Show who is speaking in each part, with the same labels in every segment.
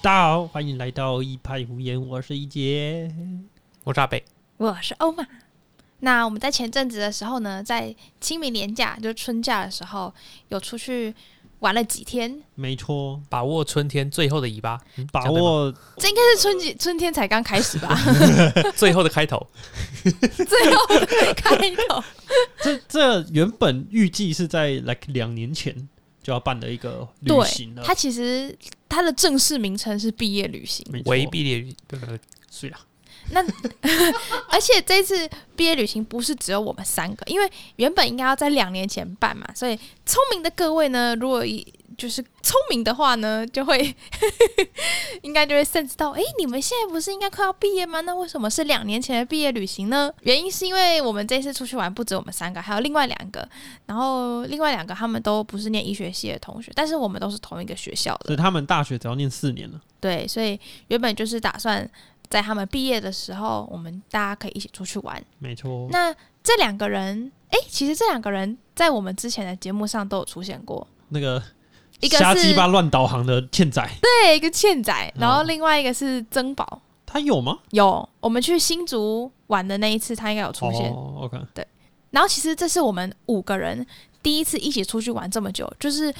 Speaker 1: 大家好，欢迎来到一派胡言，我是一杰。
Speaker 2: 我是阿北，
Speaker 3: 我是欧玛。那我们在前阵子的时候呢，在清明年假，就是春假的时候，有出去玩了几天。
Speaker 1: 没错，
Speaker 2: 把握春天最后的尾巴，嗯
Speaker 1: 把
Speaker 2: 讲对吗
Speaker 1: 握
Speaker 3: 这应该是春季 春天才刚开始吧，
Speaker 2: 最后的开头。
Speaker 3: 最后的开头。
Speaker 1: 这这原本预计是在 like 两年前就要办的一个旅行啊
Speaker 3: 对，
Speaker 1: 了，
Speaker 3: 它其实它的正式名称是毕业旅行，
Speaker 1: 没错
Speaker 2: 唯毕业呃
Speaker 1: 是啊啦，
Speaker 3: 而且这次毕业旅行不是只有我们三个，因为原本应该要在两年前办嘛，所以聪明的各位呢，如果一就是聪明的话呢，就会 应该就会 sense 到，诶，你们现在不是应该快要毕业吗？那为什么是两年前的毕业旅行呢？原因是因为我们这次出去玩不止我们三个，还有另外两个，然后另外两个他们都不是念医学系的同学，但是我们都是同一个学校的
Speaker 1: 所以，他们大学只要念四年了，
Speaker 3: 对，所以原本就是打算在他们毕业的时候，我们大家可以一起出去玩。
Speaker 1: 没错。
Speaker 3: 那这两个人，诶，其实这两个人在我们之前的节目上都有出现过。
Speaker 1: 那个
Speaker 3: 一个
Speaker 1: 瞎
Speaker 3: 是
Speaker 1: 鸡巴乱导航的欠仔，
Speaker 3: 对，一个欠仔，然
Speaker 1: 哦
Speaker 3: 后另外一个是曾宝。
Speaker 1: 他有吗？
Speaker 3: 有，我们去新竹玩的那一次，他应该有出现。
Speaker 1: 哦、OK，
Speaker 3: 然后其实这是我们五个人第一次一起出去玩这么久，就是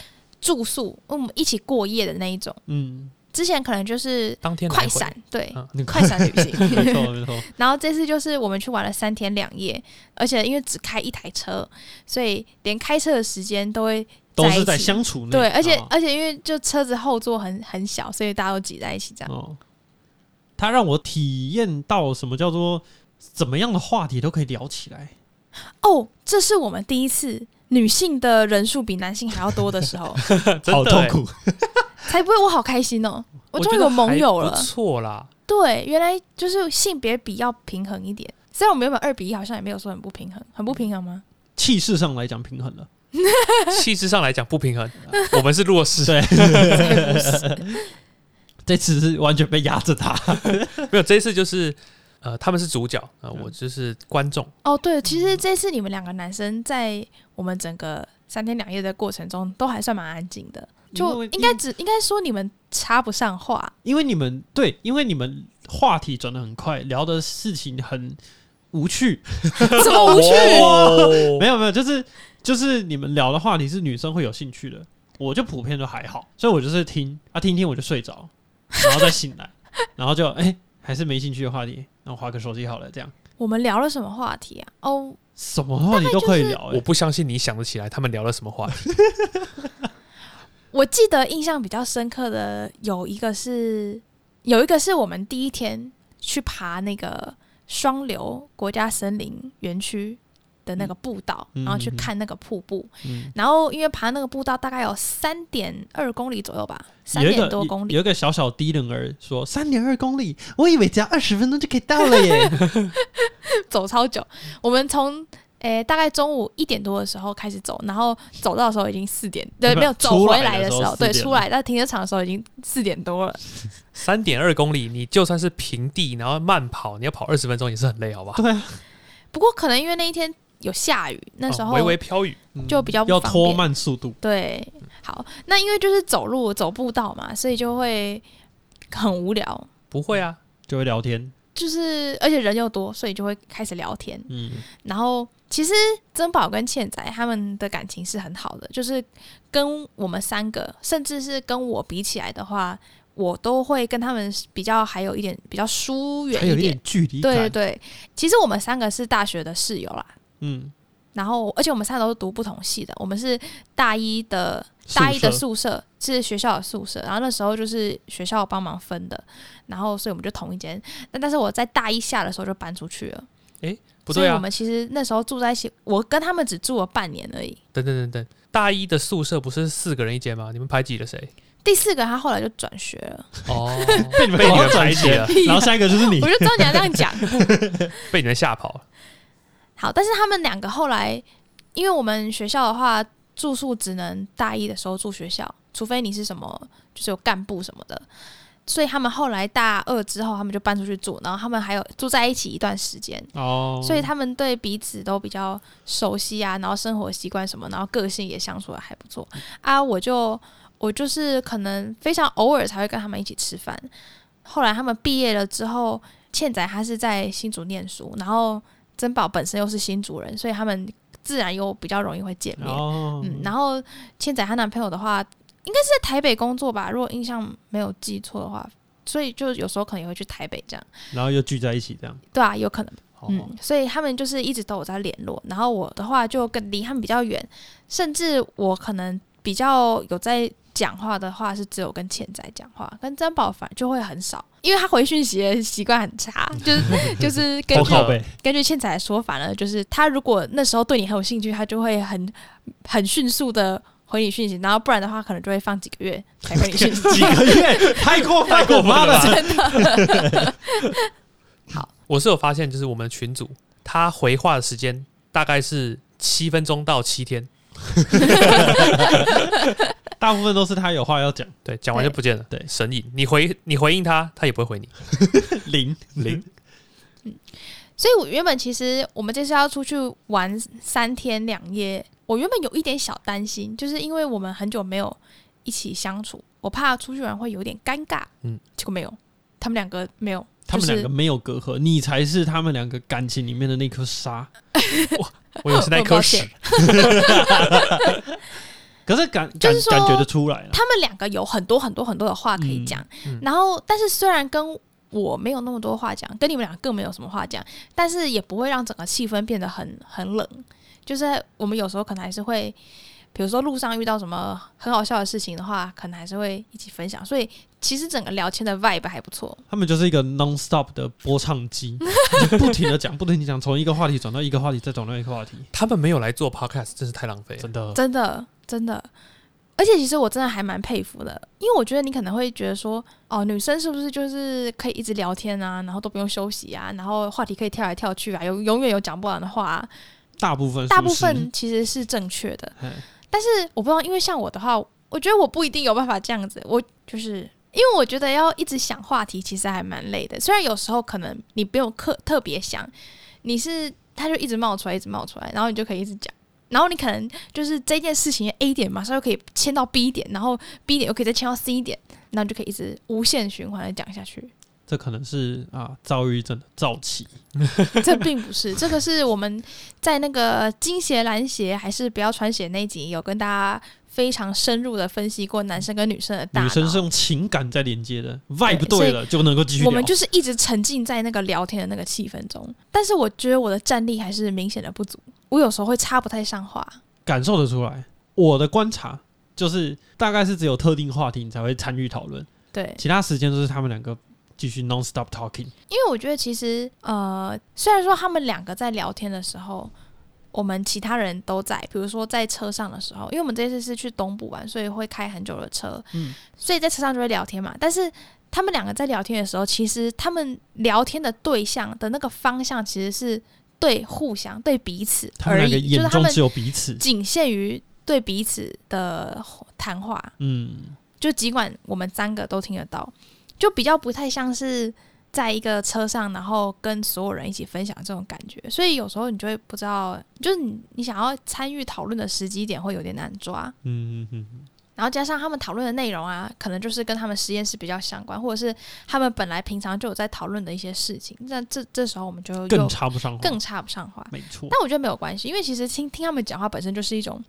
Speaker 3: 住宿，我们一起过夜的那一种。
Speaker 1: 嗯，
Speaker 3: 之前可能就是
Speaker 2: 当天来回
Speaker 3: 快闪，对，
Speaker 2: 嗯
Speaker 1: 你
Speaker 3: 快闪旅行。
Speaker 1: 没错没 错，
Speaker 3: 然后这次就是我们去玩了三天两夜，而且因为只开一台车，所以连开车的时间都会
Speaker 1: 都是在
Speaker 3: 一起
Speaker 1: 相处内
Speaker 3: 对，而且、
Speaker 1: 哦
Speaker 3: 而且因为就车子后座很很小，所以大家都挤在一起这样。
Speaker 1: 哦，他让我体验到什么叫做怎么样的话题都可以聊起来。
Speaker 2: 嗯
Speaker 3: 哦，这是我们第一次女性的人数比男性还要多的时候，
Speaker 1: 好痛，苦，
Speaker 3: 才不会我好开心哦，我
Speaker 2: 欸觉
Speaker 3: 终于
Speaker 2: 得
Speaker 3: 有盟友
Speaker 2: 还
Speaker 3: 了
Speaker 2: 不。错啦。
Speaker 3: 对，原来就是性别比要平衡一点。虽然我们原本二比一，好像也没有说很不平衡，很不平 衡吗？
Speaker 1: 气势上来讲平衡了。
Speaker 2: 气质上来讲不平衡，呃我们是弱 势。
Speaker 1: 对
Speaker 3: 才不是
Speaker 1: 这次是完全被压着打，
Speaker 2: 没有这一次就是呃，他们是主角啊、呃
Speaker 1: 嗯
Speaker 2: 我就是观众。
Speaker 3: 哦，对，其实这次你们两个男生在我们整个三天两夜的过程中，都还算蛮安静的，
Speaker 1: 因
Speaker 3: 就
Speaker 1: 为
Speaker 3: 应该只应该说你们插不上话。
Speaker 1: 因为你们对，因为你们话题转的很快，聊的事情很无趣。
Speaker 3: 怎么无趣？
Speaker 2: 哦
Speaker 1: 没有没有，就是就是你们聊的话题是女生会有兴趣的，我就普遍都还好，所以我就是听啊听听我就睡着，然后再醒 来，然后就哎、还是没兴趣的话题，那我划个手机好了，这样
Speaker 3: 我们聊了什么话题啊？哦，
Speaker 1: 什么话题都可以聊、
Speaker 2: 我
Speaker 1: 哎
Speaker 2: 不相信你想得起来他们聊了什么话题。
Speaker 3: 我记得印象比较深刻的有一个是，有一个是我们第一天去爬那个双流国家森林园区的那个步道，
Speaker 1: 嗯
Speaker 3: 然后去
Speaker 1: 嗯嗯
Speaker 3: 看那个瀑布。
Speaker 1: 嗯
Speaker 3: 然后因为爬那个步道大概有三点二公里左右吧，三
Speaker 1: 有一
Speaker 3: 点
Speaker 1: 个
Speaker 3: 多公里
Speaker 1: 有，一个小小低能儿说三点二公里，我以为只要二十分钟就可以到了耶。
Speaker 3: 走超久。我们从诶、大概中午一点多的时候开始走，然后走到的时候已经四点，对，
Speaker 1: 不
Speaker 3: 没有走
Speaker 1: 出来
Speaker 3: 回来
Speaker 1: 的
Speaker 3: 的
Speaker 1: 时候
Speaker 3: 时候，
Speaker 1: 4点
Speaker 3: 对，
Speaker 1: 了
Speaker 3: 出来到停车场的时候已经四点多了。
Speaker 2: 三点二公里，你就算是平地，然后慢跑，你要跑二十分钟也是很累，好吧？
Speaker 1: 对啊，
Speaker 3: 不过可能因为那一天有下雨，那时
Speaker 2: 哦
Speaker 3: 候、
Speaker 2: 微微飘雨，
Speaker 1: 嗯
Speaker 3: 就比较不
Speaker 1: 要
Speaker 3: 方
Speaker 1: 拖
Speaker 3: 便
Speaker 1: 慢速度，
Speaker 3: 对，好，那因为就是走路走步道嘛，所以就会很无聊，
Speaker 2: 不会啊，
Speaker 1: 就会聊天。
Speaker 3: 就是而且人又多，所以就会开始聊天。
Speaker 1: 嗯，
Speaker 3: 然后其实珍宝跟倩仔他们的感情是很好的，就是跟我们三个，甚至是跟我比起来的话，我都会跟他们比较还有一点比较疏远
Speaker 1: 还有
Speaker 3: 一
Speaker 1: 一
Speaker 3: 点
Speaker 1: 点。距离感。
Speaker 3: 嗯对对对，其实我们三个是大学的室友啦，
Speaker 1: 嗯，
Speaker 3: 然后而且我们三个都是读不同系的，我们是大一的大一的
Speaker 1: 宿舍
Speaker 3: 宿舍是学校的宿舍，然后那时候就是学校帮忙分的，然后所以我们就同一间。那但是我在大一下的时候就搬出去了，
Speaker 2: 不
Speaker 3: 所以
Speaker 2: 对
Speaker 3: 我
Speaker 2: 啊。
Speaker 3: 们其实那时候住在一起，我跟他们只住了半年而已。
Speaker 2: 等等等等，大一的宿舍不是四个人一间吗？你们排挤了谁？
Speaker 3: 第四个他后来就转学了，
Speaker 2: 哦，
Speaker 1: 被你
Speaker 2: 被你们
Speaker 1: 转
Speaker 2: 排挤
Speaker 1: 学
Speaker 2: 了，
Speaker 1: 然后下一个就是你
Speaker 3: 我。就知道你要这样讲。
Speaker 2: 被你们吓跑了。
Speaker 3: 好，但是他们两个后来，因为我们学校的话，住宿只能大一的时候住学校，除非你是什么就是有干部什么的。所以他们后来大二之后，他们就搬出去住，然后他们还有住在一起一段时间。
Speaker 1: 哦，
Speaker 3: 所以他们对彼此都比较熟悉啊，然后生活习惯什么，然后个性也相处的还不错啊。我就我就是可能非常偶尔才会跟他们一起吃饭。后来他们毕业了之后，倩仔他是在新竹念书，然后珍宝本身又是新竹人，所以他们自然又比较容易会见面。
Speaker 1: 哦，
Speaker 3: 嗯，然后倩仔她男朋友的话，应该是在台北工作吧，如果印象没有记错的话，所以就有时候可能也会去台北这样，
Speaker 1: 然后又聚在一起这样。
Speaker 3: 对啊，有可能，
Speaker 1: 哦，
Speaker 3: 嗯，所以他们就是一直都有在联络，然后我的话就跟离他们比较远，甚至我可能比较有在讲话的话是只有跟倩仔讲话，跟珍宝反而就会很少。因为他回讯息的习惯很差，就是就是根
Speaker 1: 好
Speaker 3: 据
Speaker 1: 靠背，
Speaker 3: 根据倩仔的说法呢，就是他如果那时候对你很有兴趣，他就会很很迅速的回你讯息，然后不然的话，可能就会放几个月才回你讯息。
Speaker 1: 几 个月，太过分了，妈 的！
Speaker 2: 我是有发现，就是我们群组他回话的时间大概是七分钟到七天，
Speaker 1: 大部分都是他有话要讲，
Speaker 2: 对，讲完就不见了，
Speaker 1: 对对
Speaker 2: 神隐。你回你回应他，他也不会回你。
Speaker 1: 零
Speaker 2: 零，
Speaker 3: 所以我原本其实我们这次要出去玩三天两夜，我原本有一点小担心，就是因为我们很久没有一起相处，我怕出去玩会有点尴尬。嗯
Speaker 2: 嗯，
Speaker 3: 结果没有，他们两个没有，
Speaker 1: 他们
Speaker 3: 就
Speaker 1: 两
Speaker 3: 是
Speaker 1: 个没有隔阂，你才是他们两个感情里面的那颗沙。
Speaker 2: 我以为是那
Speaker 3: 我抱
Speaker 2: 颗
Speaker 3: 歉
Speaker 2: 屎，
Speaker 1: 可是感
Speaker 3: 就
Speaker 1: 感
Speaker 3: 是说
Speaker 1: 感觉得出来了，
Speaker 3: 他们两个有很多很多很多的话可以讲，
Speaker 2: 嗯嗯
Speaker 3: 然后但是虽然跟我没有那么多话讲，跟你们俩更没有什么话讲，但是也不会让整个气氛变得很很冷。就是我们有时候可能还是会，比如说路上遇到什么很好笑的事情的话，可能还是会一起分享。所以其实整个聊天的 vibe 还不错。
Speaker 1: 他们就是一个 non stop 的播唱 机，就不停的讲，不停的讲，从一个话题转到一个话题，再转到一个话题，
Speaker 2: 他们没有来做 podcast，真是太浪费了
Speaker 1: 真。的。
Speaker 3: 真的真的。而且其实我真的还蛮佩服的，因为我觉得你可能会觉得说，哦，女生是不是就是可以一直聊天啊，然后都不用休息啊，然后话题可以跳来跳去啊，有永远有讲不完的话、啊，
Speaker 1: 大部分
Speaker 3: 大
Speaker 1: 是不
Speaker 3: 部
Speaker 1: 是
Speaker 3: 分其实是正确的。
Speaker 1: 嘿
Speaker 3: 但是我不知道，因为像我的话，我觉得我不一定有办法这样子。我就是因为我觉得要一直想话题，其实还蛮累的。虽然有时候可能你不用特特别想，你是它就一直冒出来，一直冒出来，然后你就可以一直讲。然后你可能就是这件事情的 A 点，马上又可以牵到 B 点，然后 B 点又可以再牵到 C 点，然后你就可以一直无限循环的讲下去。
Speaker 1: 这可能是啊，躁郁症的躁起。
Speaker 3: 这并不是，这个是我们在那个金鞋、蓝鞋还是不要穿鞋那一集有跟大家非常深入的分析过男生跟女生的大脑。
Speaker 1: 女生是用情感在连接的
Speaker 3: 对
Speaker 1: ，vibe
Speaker 3: 所以
Speaker 1: 对了就能够继续
Speaker 3: 我
Speaker 1: 聊。
Speaker 3: 们就是一直沉浸在那个聊天的那个气氛中，但是我觉得我的战力还是明显的不足，我有时候会插不太上话。
Speaker 1: 感受得出来。我的观察就是，大概是只有特定话题你才会参与讨论，
Speaker 3: 对，
Speaker 1: 其他时间都是他们两个继续 non stop talking。
Speaker 3: 因为我觉得其实呃，虽然说他们两个在聊天的时候，我们其他人都在，比如说在车上的时候，因为我们这次是去东部玩，所以会开很久的车，
Speaker 1: 嗯
Speaker 3: 所以在车上就会聊天嘛。但是他们两个在聊天的时候，其实他们聊天的对象的那个方向其实是对互相、对彼此
Speaker 1: 他们
Speaker 3: 而
Speaker 1: 两个
Speaker 3: 已，就是
Speaker 1: 眼
Speaker 3: 他
Speaker 1: 中
Speaker 3: 们
Speaker 1: 只有彼此。
Speaker 3: 仅限于对彼此的谈话，
Speaker 1: 嗯，
Speaker 3: 就尽管我们三个都听得到，就比较不太像是在一个车上，然后跟所有人一起分享这种感觉。所以有时候你就会不知道，就是你你想要参与讨论的时机点会有点难抓。
Speaker 1: 嗯嗯嗯，
Speaker 3: 然后加上他们讨论的内容啊，可能就是跟他们实验室比较相关，或者是他们本来平常就有在讨论的一些事情。那这这时候我们就
Speaker 1: 更
Speaker 3: 又
Speaker 1: 插不上话，
Speaker 3: 更插不上话。
Speaker 1: 没错。
Speaker 3: 但我觉得没有关系，因为其实听听他们讲话本身就是一种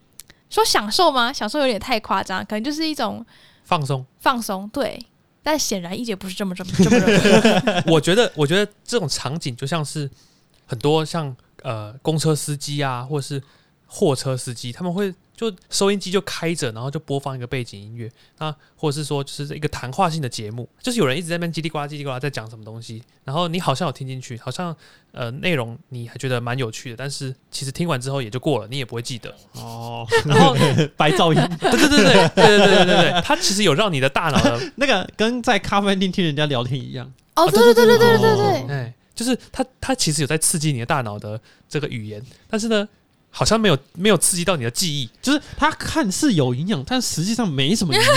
Speaker 3: 说享受吗？享受有点太夸张，可能就是一种
Speaker 2: 放松，
Speaker 3: 放松。对，但显然一姐不是这么这么这么 认为。
Speaker 2: 我觉得，我觉得这种场景就像是很多像呃公车司机啊，或是货车司机，他们会就收音机就开着，然后就播放一个背景音乐，那或者是说就是一个谈话性的节目，就是有人一直在那边叽里呱啦叽里呱啦在讲什么东西，然后你好像有听进去，好像呃内容你还觉得蛮有趣的，但是其实听完之后也就过了，你也不会记得。
Speaker 1: 哦，
Speaker 2: 然后
Speaker 1: 白噪音
Speaker 2: 对对对对对对对对对对，它其实有让你的大脑的
Speaker 1: 那个跟在咖啡厅听人家聊天一样。
Speaker 3: 哦，
Speaker 2: 啊
Speaker 3: 对对
Speaker 2: 对
Speaker 3: 对对
Speaker 2: 对
Speaker 3: 对
Speaker 1: 对
Speaker 3: 哦对
Speaker 1: 对
Speaker 3: 对
Speaker 1: 对
Speaker 2: 哎、就是它它其实有在刺激你的大脑的这个语言，但是呢，好像没有没有刺激到你的记忆
Speaker 1: 就是他看似有营养，但实际上没什么营养。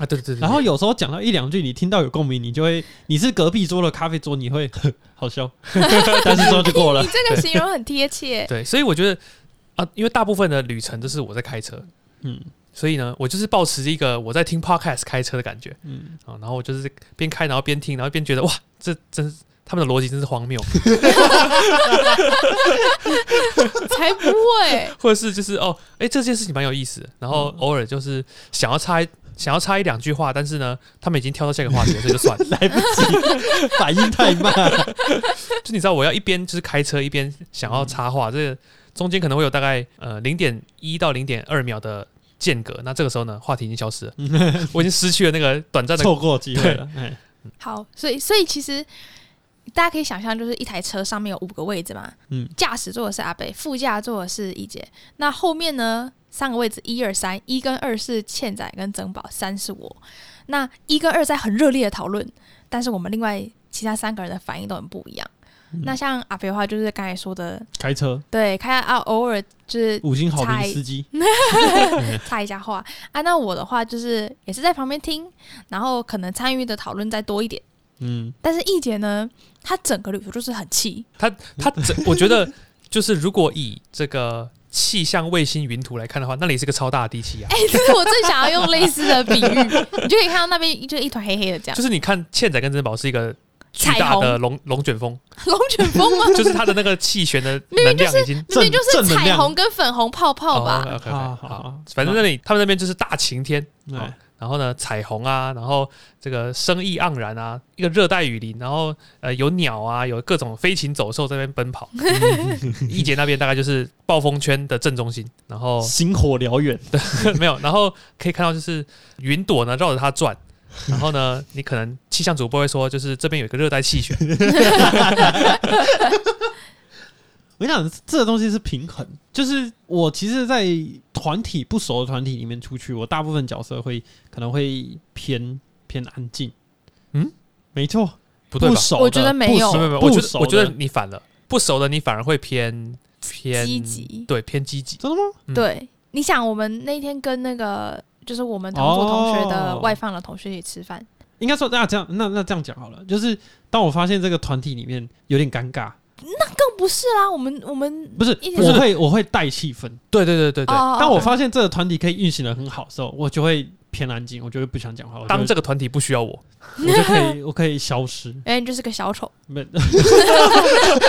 Speaker 2: 啊。对对对
Speaker 1: 然后有时候讲到一两句，你听到有共鸣，你就会，你是隔壁桌的咖啡桌，你会好 笑，但是之后就过了
Speaker 3: 你。这个形容很贴切。
Speaker 2: 对，所以我觉得啊，因为大部分的旅程都是我在开车，
Speaker 1: 嗯，
Speaker 2: 所以呢，我就是保持一个我在听 podcast 开车的感觉
Speaker 1: 嗯，
Speaker 2: 啊，然后我就是边开，然后边听，然后边觉得哇，这真是他们的逻辑真是荒 谬，
Speaker 3: 才不会，
Speaker 2: 或者是就是哦，哎、这件事情蛮有意思的，然后偶尔就是想要插一想要插一两句话，但是呢，他们已经跳到下一个话题了，所以就算了。
Speaker 1: 来不及，反应太慢。
Speaker 2: 就你知道，我要一边就是开车一边想要插
Speaker 3: 嗯
Speaker 2: 话，这个中间可能会有大概呃零点一到零点二秒的间隔，那这个时候呢，话题已经消失 了，我已经失去了那个短暂的
Speaker 1: 错过机会了。哎
Speaker 3: 好，所以所以其实大家可以想象，就是一台车上面有五个位置嘛，
Speaker 1: 嗯，
Speaker 3: 驾驶座的是阿北，副驾座的是一姐，那后面呢三个位置一二三，一跟二是倩仔跟曾宝，三是我。那一跟二在很热烈的讨论，但是我们另外其他三个人的反应都很不一样。那像阿北的话，就是刚才说的，
Speaker 1: 开车，
Speaker 3: 对，开啊，偶尔就是
Speaker 1: 五星好评司机，
Speaker 3: 插一下话啊。那我的话就是也是在旁边听，然后可能参与的讨论再多一点。
Speaker 1: 嗯，
Speaker 3: 但是易姐呢，她整个旅途就是很气，
Speaker 2: 他他整，我觉得就是如果以这个气象卫星云图来看的话，那里是个超大的低气压。啊
Speaker 3: 哎、这是我最想要用类似的比 喻，你就可以看到那边就是一团黑黑的这样
Speaker 2: 就，是你看欠仔跟珍宝是一个巨大
Speaker 3: 彩
Speaker 2: 的龙龙卷风，
Speaker 3: 龙卷 风吗？
Speaker 2: 就是它的那个气旋的能量已经。
Speaker 3: 明明就
Speaker 1: 正
Speaker 3: 是
Speaker 1: 正能
Speaker 3: 彩
Speaker 1: 量
Speaker 3: 虹跟粉红泡泡吧。
Speaker 2: o k
Speaker 1: 嗯好好
Speaker 2: 好
Speaker 1: 好，
Speaker 2: 反正那里他们那边就是大晴天，
Speaker 1: 哎
Speaker 2: 然后呢彩虹啊，然后这个生意盎然啊，一个热带雨林，然后呃有鸟啊，有各种飞禽走兽在那边奔跑。一姐那边大概就是暴风圈的正中心，然后
Speaker 1: 哦星火燎原，
Speaker 2: 没有，然后可以看到就是云朵呢绕着它转，然后呢，你可能气象主播会说，就是这边有一个热带气旋，
Speaker 1: 我跟你讲，这个东西是平衡，就是我其实，在团体不熟的团体里面出去，我大部分角色会可能会偏偏安静。
Speaker 2: 嗯，
Speaker 1: 没错，
Speaker 2: 不对吧？
Speaker 1: 熟的
Speaker 3: 我觉得没有
Speaker 1: 不
Speaker 2: 没
Speaker 1: 熟
Speaker 2: 有没有，我觉
Speaker 1: 不
Speaker 2: 得
Speaker 1: 熟
Speaker 2: 我觉得
Speaker 1: 的
Speaker 2: 你反了，不熟的你反而会偏偏
Speaker 3: 积极
Speaker 2: 对偏积极。
Speaker 1: 真的吗？
Speaker 2: 嗯
Speaker 3: 对，你想我们那天跟那个就是我们同桌同学的
Speaker 1: 哦
Speaker 3: 外放的同学一起吃饭，
Speaker 1: 应该说，那这样，那那这样讲好了，就是当我发现这个团体里面有点尴尬，
Speaker 3: 更不是啦，我们我们
Speaker 1: 不是，
Speaker 3: 一点
Speaker 1: 我会我会带气氛。
Speaker 2: 对对对对对，
Speaker 3: 哦，
Speaker 1: 当我发现这个团体可以运行的很好的时候，我就会偏安静，我就会不想讲话，我就
Speaker 2: 当这个团体不需要我，
Speaker 1: 我就可以我可以消失。
Speaker 3: 原哎来你就是个小丑，
Speaker 1: 没，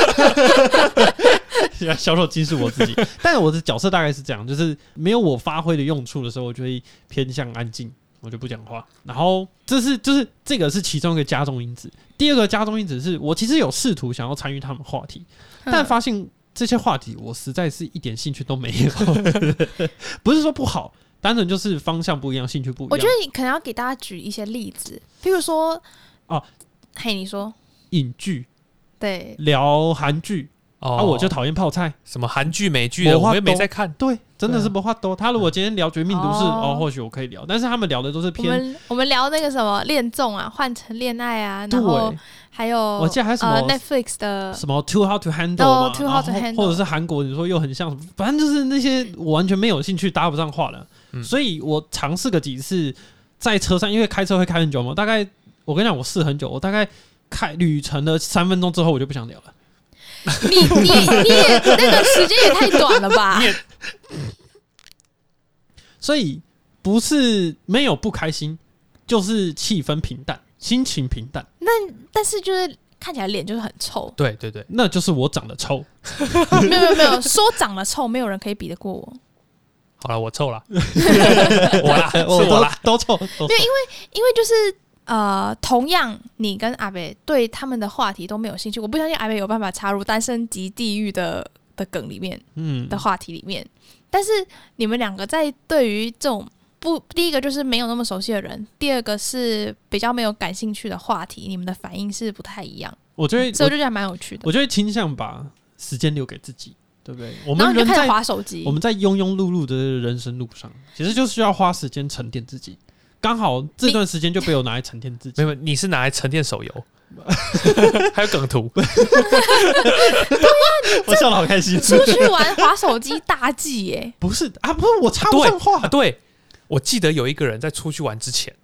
Speaker 1: 小丑竟是我自己，但是我的角色大概是这样，就是没有我发挥的用处的时候，我就会偏向安静，我就不讲话。然后这是就是这个是其中一个加重因子，第二个加重因子是我其实有试图想要参与他们话题，但
Speaker 3: 嗯
Speaker 1: 发现这些话题我实在是一点兴趣都没有， 不是说不好，单纯就是方向不一样，兴趣不一样。
Speaker 3: 我觉得你可能要给大家举一些例子，譬如说
Speaker 1: 哦，
Speaker 3: 嘿，你说
Speaker 1: 影剧
Speaker 3: 对，
Speaker 1: 聊韩剧，
Speaker 2: 哦，
Speaker 1: 啊，我就讨厌泡菜。
Speaker 2: 什么韩剧、美剧的，
Speaker 1: 魔
Speaker 2: 我
Speaker 1: 花
Speaker 2: 们又没
Speaker 1: 都
Speaker 2: 在看。
Speaker 1: 对，真的
Speaker 2: 对
Speaker 1: 是
Speaker 2: 啊
Speaker 1: 不话多。他如果今天聊《绝命毒师》
Speaker 3: 哦
Speaker 1: 哦，或许我可以聊，但是他们聊的都是
Speaker 3: 我
Speaker 1: 偏
Speaker 3: 们我们聊那个什么恋综啊，换成恋爱啊，
Speaker 1: 对
Speaker 3: 然后还有
Speaker 1: 我记得还有什么
Speaker 3: 呃 Netflix 的
Speaker 1: 什么 Too Hard to Handle
Speaker 3: 哦
Speaker 1: 嘛，
Speaker 3: Too
Speaker 1: 然后
Speaker 3: Hard to Handle
Speaker 1: 或者是韩国，你说又很像，反正就是那些我完全没有兴趣搭不上话了。
Speaker 2: 嗯，
Speaker 1: 所以我尝试个几次在车上，因为开车会开很久嘛，大概我跟你讲，我试很久，我大概开旅程的三分钟之后，我就不想聊了。
Speaker 3: 你你你也那个时间也太短了 吧？
Speaker 1: 所以不是没有不开心，就是气氛平淡，心情平淡，
Speaker 3: 但是就是看起来脸就是很臭
Speaker 2: 对对对，
Speaker 1: 那就是我长得 丑。
Speaker 3: 没有没有没有，说长得臭，没有人可以比得过我，
Speaker 2: 好了，我臭 了，我啦，是 我啦。
Speaker 1: 都都错，都错
Speaker 3: 因为就是。呃，同样，你跟阿北对他们的话题都没有兴趣，我不相信阿北有办法插入单身级地狱的的梗里面
Speaker 1: 嗯
Speaker 3: 的话题里面。但是你们两个在对于这种不，第一个就是没有那么熟悉的人，第二个是比较没有感兴趣的话题，你们的反应是不太一样，
Speaker 1: 我就会
Speaker 3: 所以我
Speaker 1: 我
Speaker 3: 就觉得还蛮有趣的。
Speaker 1: 我就会倾向把时间留给自己，对不对？我
Speaker 3: 然
Speaker 1: 们
Speaker 3: 后你就
Speaker 1: 人
Speaker 3: 开始
Speaker 1: 在
Speaker 3: 划手机
Speaker 1: 我，们在庸庸碌碌的人生路上，其实就是需要花时间沉淀自己。刚好这段时间就被我拿来沉淀自
Speaker 2: 没
Speaker 1: 己，
Speaker 2: 有，你是拿来沉淀手 游，还有梗 图，
Speaker 1: 我笑得好开心。
Speaker 3: 出去玩划手机大忌耶、
Speaker 1: 不是啊，不是我插不上
Speaker 2: 啊
Speaker 1: 话，
Speaker 2: 对，我记得有一个人在出去玩之前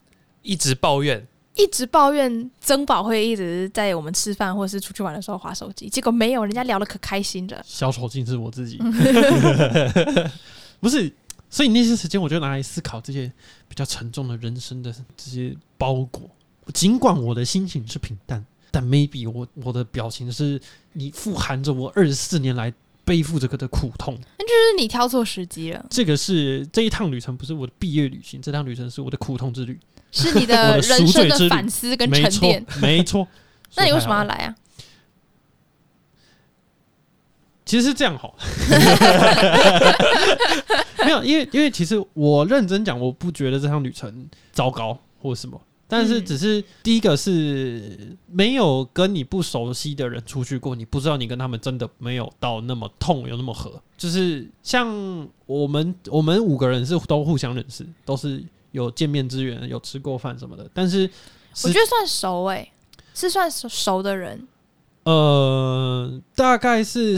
Speaker 2: 一直抱怨，
Speaker 3: 一直抱怨曾宝会一直在我们吃饭或是出去玩的时候划手机，结果 没有，人家聊的可开心了。
Speaker 1: 小丑竟是我自己。不是，所以那些时间我就拿来思考这些比较沉重的人生的这些包裹。尽管我的心情是平淡，但 maybe 我我的表情是你富含着我二十四年来背负这个的苦痛。
Speaker 3: 就是你挑错时机了，
Speaker 1: 这个是这一趟旅程不是我的毕业旅行，这趟旅程是我的苦痛之旅。
Speaker 3: 是你
Speaker 1: 我的赎罪
Speaker 3: 人生
Speaker 1: 之旅
Speaker 3: 的反思跟
Speaker 1: 没
Speaker 3: 沉
Speaker 1: 错
Speaker 3: 淀。，
Speaker 1: 没 错。
Speaker 3: 那你为什
Speaker 1: 说太好
Speaker 3: 么要
Speaker 1: 了
Speaker 3: 来啊？
Speaker 1: 其实是这样好，没有，因为因为其实我认真讲，我不觉得这趟旅程糟糕或什么，但是
Speaker 3: 嗯
Speaker 1: 只是第一个是没有跟你不熟悉的人出去过，你不知道你跟他们真的没有到那么痛，有那么合。就是像我们我们五个人是都互相认识，都是有见面之缘，有吃过饭什么的，但是
Speaker 3: 我
Speaker 1: 是
Speaker 3: 觉得算熟哎、是算熟熟的人，
Speaker 1: 呃，大概是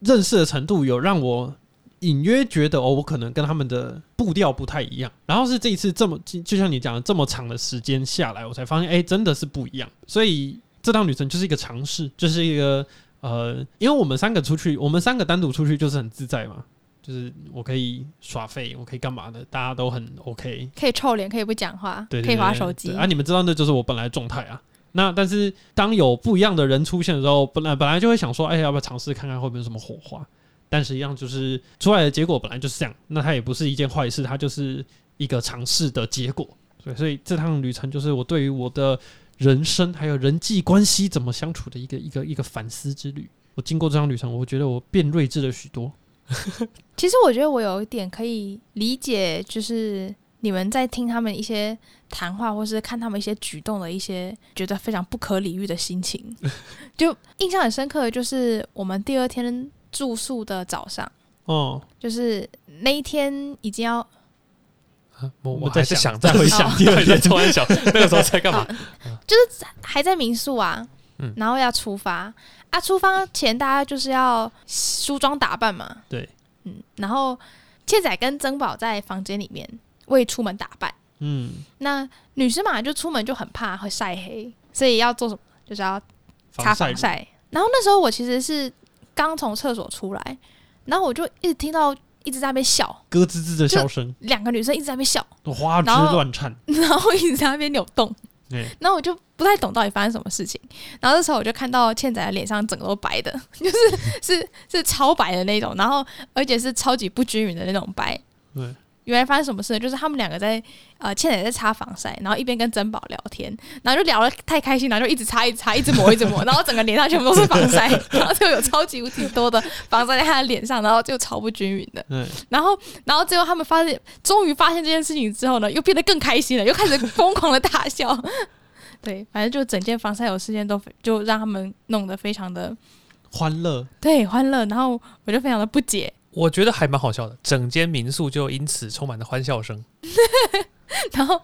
Speaker 1: 认识的程度有让我隐约觉得哦，我可能跟他们的步调不太一样。然后是这一次这么，就就像你讲的这么长的时间下来，我才发现哎、真的是不一样。所以这趟旅程就是一个尝试，就是一个呃，因为我们三个出去，我们三个单独出去就是很自在嘛。就是我可以耍废，我可以干嘛的，大家都很 OK，
Speaker 3: 可以臭脸，可以不讲话，
Speaker 1: 对，
Speaker 3: 可以划
Speaker 1: 划
Speaker 3: 手机。
Speaker 1: 啊！你们知道那就是我本来的状态啊。那但是当有不一样的人出现的时候，本来本来就会想说，哎，要不要尝试看看会不会有什么火花？但是一样就是出来的结果本来就是这样，那它也不是一件坏事，它就是一个尝试的结果。所以，所以这趟旅程就是我对于我的人生还有人际关系怎么相处的一个一个一个反思之旅。我经过这趟旅程，我觉得我变睿智了许多。
Speaker 3: 其实我觉得我有一点可以理解，就是你们在听他们一些谈话，或是看他们一些举动的一些觉得非常不可理喻的心情。 就印象很深刻的就是我们第二天住宿的早上，
Speaker 1: 哦，
Speaker 3: 就是那一天已经要
Speaker 2: 啊我
Speaker 1: 我
Speaker 2: 我
Speaker 1: 在
Speaker 2: 还在
Speaker 1: 想
Speaker 2: 想，再回想，第二天突然想，那个时候在干嘛？
Speaker 3: 还在民宿啊
Speaker 2: 嗯，
Speaker 3: 然后要出发啊，出发前大家就是要梳妆打扮嘛，
Speaker 1: 对，
Speaker 3: 嗯，然后倩仔跟珍宝在房间里面未出门打扮。
Speaker 1: 嗯，
Speaker 3: 那女生嘛，就出门就很怕会晒黑，所以要做什么？就是要擦
Speaker 1: 防
Speaker 3: 防
Speaker 1: 晒乳
Speaker 3: 晒。然后那时候我其实是刚从厕所出来，然后我就一直听到一直在那边笑，
Speaker 1: 咯吱吱的笑声，
Speaker 3: 两个女生一直在那边笑，
Speaker 1: 花枝
Speaker 3: 然后
Speaker 1: 乱颤。
Speaker 3: 然后一直在那边扭动，
Speaker 1: 哎、
Speaker 3: 然后我就不太懂到底发生什么事情。然后这时候我就看到倩仔的脸上整个都白的， 就是是是超白的那种，然后而且是超级不均匀的那种白。
Speaker 1: 对，
Speaker 3: 原来发生什么事呢？就是他们两个在呃，倩姐在擦防晒，然后一边跟珍宝聊天，然后就聊得太开心，然后就一直擦，一直擦，一直抹，一直抹，然后整个脸上全部都是防晒， 然后就有超级无敌多的防晒在她的脸上，然后就超不均匀的。
Speaker 1: 对，
Speaker 3: 然后，然后最后他们发现，终于发现这件事情之后呢，又变得更开心了，又开始疯狂的大笑。 对，反正就整件防晒油事件都非就让他们弄得非常的
Speaker 1: 欢乐。
Speaker 3: 对欢乐，然后我就非常的不解，
Speaker 2: 我觉得还蛮好笑的，整间民宿就因此充满了欢笑声。
Speaker 3: 然后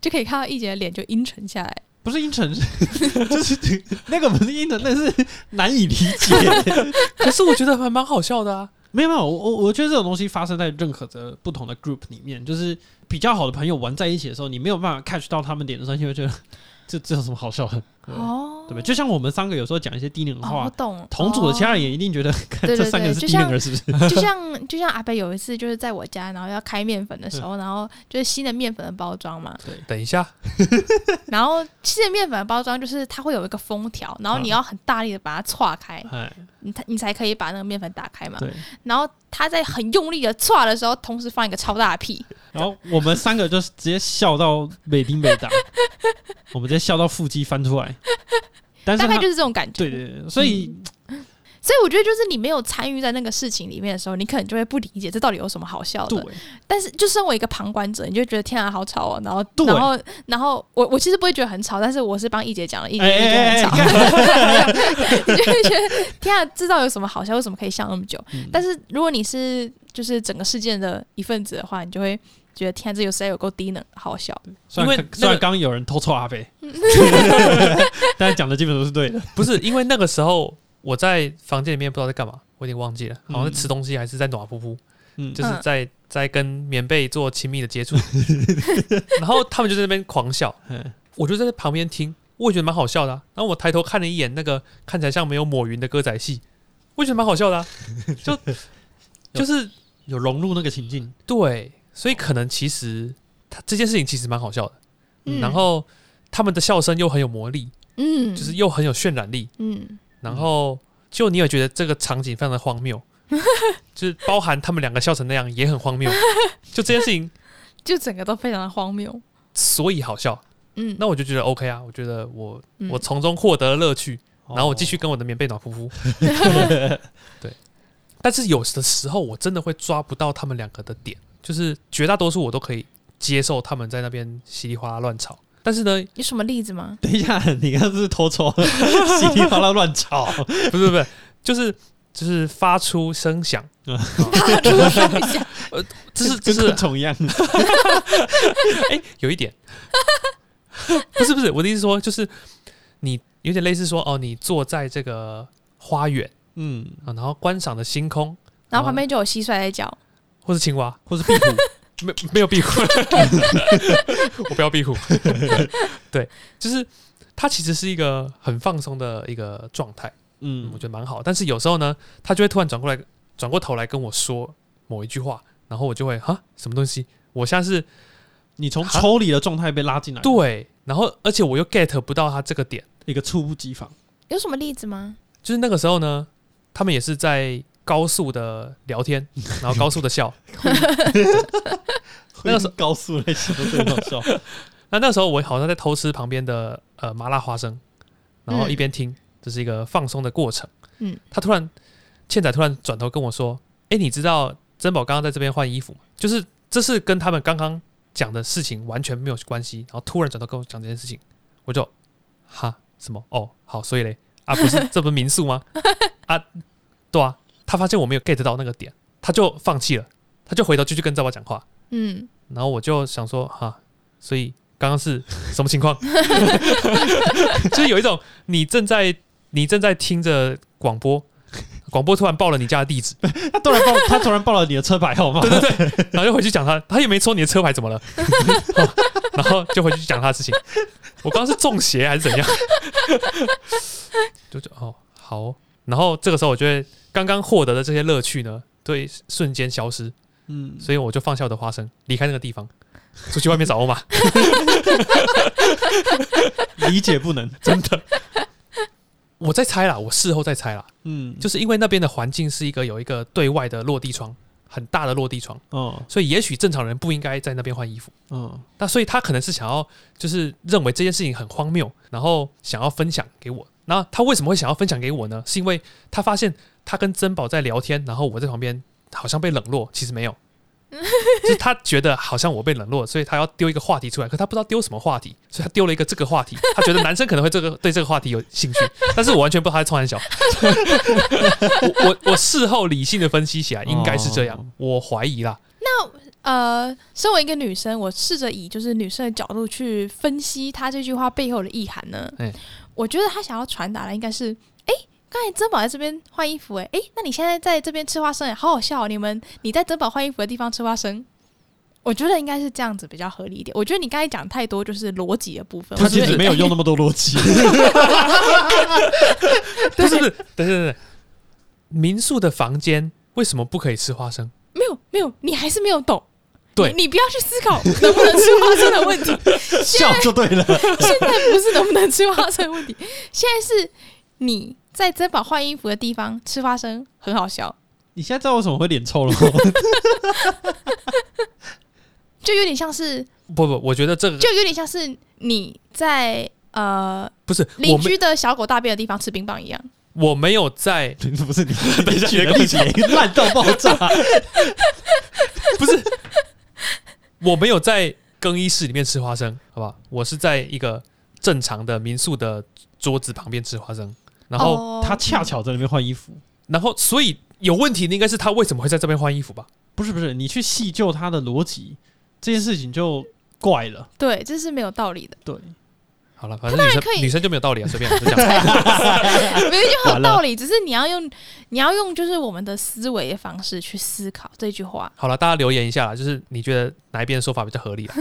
Speaker 3: 就可以看到一姐的脸就阴沉下来。
Speaker 1: 不是阴沉， 是就是那个不是阴沉，那是难以理解。
Speaker 2: 可是我觉得还蛮好笑的啊，
Speaker 1: 没有没有，我我我觉得这种东西发生在任何的不同的 group 里面，就是比较好的朋友玩在一起的时候，你没有办法 catch 到他们点的时候，你会觉得 这这有什么好笑的？对吧
Speaker 3: 哦
Speaker 1: 对吧？就像我们三个有时候讲一些低能的
Speaker 3: 哦，
Speaker 1: 话，
Speaker 3: 我懂了。
Speaker 1: 同组的其他人也一定觉得， 看
Speaker 3: 对
Speaker 1: 这
Speaker 3: 对
Speaker 1: 三个人是
Speaker 3: 对就
Speaker 1: 低能
Speaker 3: 像
Speaker 1: 儿，是不是？
Speaker 3: 哦就像就像阿贝有一次就是在我家，然后要开面粉的时 候，然后就是新的面粉的包装嘛，
Speaker 1: 对，
Speaker 2: 等一下，
Speaker 3: 然后新的面粉的包装就是它会有一个封条，然后你
Speaker 1: 嗯
Speaker 3: 要很大力的把它岔开，
Speaker 1: 哎，
Speaker 3: 你才你才可以把那个面粉打开嘛。
Speaker 1: 对。
Speaker 3: 然后他在很用力的唰的时候，同时放一个超大的屁，
Speaker 1: 然后我们三个就是直接笑到美丁美 打，我们直接笑到腹肌翻出来。但是
Speaker 3: 大概
Speaker 1: 他
Speaker 3: 就是这嗯种感觉。
Speaker 1: 对对对，所以
Speaker 3: 所以我觉得就是你没有参与在那个事情里面的时候，你可能就会不理解这到底有什么好笑
Speaker 1: 对
Speaker 3: 的。但是就身为一个旁观者，你就觉得天啊好吵哦、然后
Speaker 1: 对
Speaker 3: 然后然后我我其实不会觉得很吵，但是我是帮一姐讲 的，一姐
Speaker 1: 哎
Speaker 3: 就觉
Speaker 1: 哎
Speaker 3: 得
Speaker 1: 哎
Speaker 3: 很吵，
Speaker 1: 哎
Speaker 3: 你就会觉得天啊知道有什么好笑，为什么可以笑那么久？
Speaker 1: 嗯
Speaker 3: 但是如果你是就是整个事件的一份子的话，你就会觉得天啊这有实在有够低能好笑。
Speaker 1: 虽然
Speaker 2: 因为那个
Speaker 1: 虽然刚刚有人偷臭阿 飞，但是讲的基本都是对的。
Speaker 2: 不是因为那个时候我在房间里面不知道在干嘛，我有点忘记了，好像在吃东西还是在暖噗噗，
Speaker 1: 嗯，
Speaker 2: 就
Speaker 1: 就是
Speaker 2: 在在跟棉被做亲密的接触，然后他们就在那边狂笑，我就在旁边听，我也觉得蛮好笑的、啊。然后我抬头看了一眼那个看起来像没有抹匀的歌仔戏，我也觉得蛮好笑的、啊，就就是
Speaker 1: 有融入那个情境，
Speaker 2: 对，所以可能其实他这件事情其实蛮好笑的，
Speaker 3: 嗯
Speaker 2: 然后他们的笑声又很有魔力，
Speaker 3: 嗯，
Speaker 2: 就是又很有渲染力，
Speaker 3: 嗯，
Speaker 2: 然后就你也觉得这个场景非常的荒谬，就是包含他们两个笑成那样也很荒谬，就这件事情，
Speaker 3: 就整个都非常的荒谬。
Speaker 2: 所以好笑，
Speaker 3: 嗯，
Speaker 2: 那我就觉得 OK 啊，我觉得我、
Speaker 3: 嗯
Speaker 2: 我从中获得了乐趣， 然后我
Speaker 1: 哦
Speaker 2: 继续跟我的棉被暖呼呼， 对，但是有的时候我真的会抓不到他们两个的点，就是绝大多数我都可以接受他们在那边稀里哗啦乱吵，但是呢，
Speaker 3: 有什么例子吗？
Speaker 1: 等一下，你刚刚是不是偷
Speaker 2: 哦
Speaker 1: 抽， 稀里哗啦乱吵，
Speaker 2: 不是不是，就是就是发出声响，啊呃
Speaker 3: 大家都想一 下，
Speaker 2: 这是这
Speaker 1: 跟
Speaker 2: 是
Speaker 1: 昆虫一样。
Speaker 2: 哎、有一点， 不是不是，我的意思说就是你有点类似说哦，你坐在这个花园
Speaker 1: 嗯，
Speaker 2: 啊，然后观赏的星空
Speaker 3: 然后旁边就有蟋蟀在叫，
Speaker 2: 或是青蛙，
Speaker 1: 或是壁虎，
Speaker 2: 没没有壁虎， 我不要壁虎， 对，就是它其实是一个很放松的一个状态，嗯，
Speaker 1: 嗯
Speaker 2: 我觉得蛮好，但是有时候呢，它就会突然转过来，转过头来跟我说某一句话，然后我就会哈什么东西，我现在是
Speaker 1: 你从抽离的状态被拉进来，
Speaker 2: 啊对，然后而且我又 get 不到它这个点。
Speaker 1: 一个猝不及防。
Speaker 3: 有什么例子吗？
Speaker 2: 就是那个时候呢，他们也是在高速的聊天，然后高速的笑。那个时候
Speaker 1: 高速类型都很好 笑。
Speaker 2: 那那时候我好像在偷吃旁边的呃麻辣花生，然后一边听，这是一个放松的过程。
Speaker 3: 嗯，
Speaker 2: 他突然倩仔突然转头跟我说：“哎、你知道珍宝刚刚在这边换衣服吗？就是这是跟他们刚刚讲的事情完全没有关系。”然后突然转头跟我讲这件事情，我就哈什么哦好，所以嘞啊不是这不是民宿吗？ 啊对啊，他发现我没有 get 到那个点，他就放弃了，他就回头继续跟珍宝讲话。
Speaker 3: 嗯，
Speaker 2: 然后我就想说哈，所以刚刚是什么情况？ 就是有一种你正在你正在听着广播，广播突然报了你家的地址，
Speaker 1: 他突然报，他突然报了你的车牌号码。
Speaker 2: 对对对，然后就回去讲他，他也没说你的车牌怎么了， 然后就回去讲他的事情。我刚刚是中邪还是怎样？就就哦好哦然后这个时候我觉得刚刚获得的这些乐趣呢，对瞬间消失，
Speaker 1: 嗯，
Speaker 2: 所以我就放下我的花生，离开那个地方，出去外面找欧玛。
Speaker 1: 理解不能。
Speaker 2: 真的。我在猜啦，我事后再猜啦，
Speaker 1: 嗯，
Speaker 2: 就是因为那边的环境是一个有一个对外的落地窗，很大的落地窗，
Speaker 1: 哦
Speaker 2: 所以也许正常人不应该在那边换衣服。
Speaker 1: 哦，
Speaker 2: 那所以他可能是想要，就是认为这件事情很荒谬，然后想要分享给我。那他为什么会想要分享给我呢？是因为他发现他跟珍宝在聊天，然后我在旁边好像被冷落，其实没有，就是他觉得好像我被冷落，所以他要丢一个话题出来，可他不知道丢什么话题，所以他丢了一个这个话题。他觉得男生可能会这个对这个话题有兴趣，但是我完全不知道他在冲很小。 我我我事后理性的分析起来，应该是这样，
Speaker 1: 哦
Speaker 2: 我怀疑啦。
Speaker 3: 呃，身为一个女生，我试着以就是女生的角度去分析她这句话背后的意涵呢。
Speaker 2: 哎
Speaker 3: 我觉得她想要传达的应该是，哎、刚才珍宝在这边换衣服、诶哎、那你现在在这边吃花生、诶好好笑哦、你们你在珍宝换衣服的地方吃花生，我觉得应该是这样子比较合理一点。我觉得你刚才讲太多就是逻辑的部分，
Speaker 1: 他
Speaker 3: 我觉
Speaker 1: 其
Speaker 3: 得
Speaker 1: 实
Speaker 3: 应
Speaker 1: 没
Speaker 3: 该
Speaker 1: 有用那么多逻 辑。
Speaker 2: 不是不是，等等等等，民宿的房间为什么不可以吃花生？
Speaker 3: 没有没有，你还是没有懂。
Speaker 2: 对
Speaker 3: 你，你不要去思考能不能吃花生的问题，
Speaker 1: 笑就对了。
Speaker 3: 现在不是能不能吃花生的问题，现在是你在珍宝换衣服的地方吃花生，很好笑，
Speaker 1: 你现在知道为什么会脸臭了吗？
Speaker 3: 就有点像是，
Speaker 2: 不不，我觉得这个
Speaker 3: 就有点像是你在呃
Speaker 2: 不是我
Speaker 3: 邻
Speaker 2: 没
Speaker 3: 居的小狗大便的地方吃冰棒一样。
Speaker 2: 我没有在，
Speaker 1: 不 是你，
Speaker 2: 等一下
Speaker 1: 举的例子也烂到爆 炸。
Speaker 2: 我没有在更衣室里面吃花生，好吧？我是在一个正常的民宿的桌子旁边吃花生，然后、
Speaker 3: 哦
Speaker 1: 他恰巧在那边换衣服。
Speaker 2: 然后所以有问题的应该是他为什么会在这边换衣服吧？
Speaker 1: 不是不是，你去细究他的逻辑，这件事情就怪了。
Speaker 3: 对，这是没有 道理的，
Speaker 1: 对，
Speaker 2: 好了，反正女
Speaker 3: 可以
Speaker 2: 生女生就没有道理啊，随便就这 样。
Speaker 3: 明明就很有
Speaker 1: 完了
Speaker 3: 道理，只是你要用你要用就是我们的思维的方式去思考这句话。
Speaker 2: 好了，大家留言一下啦，就是你觉得哪一边的说法比较合理啊？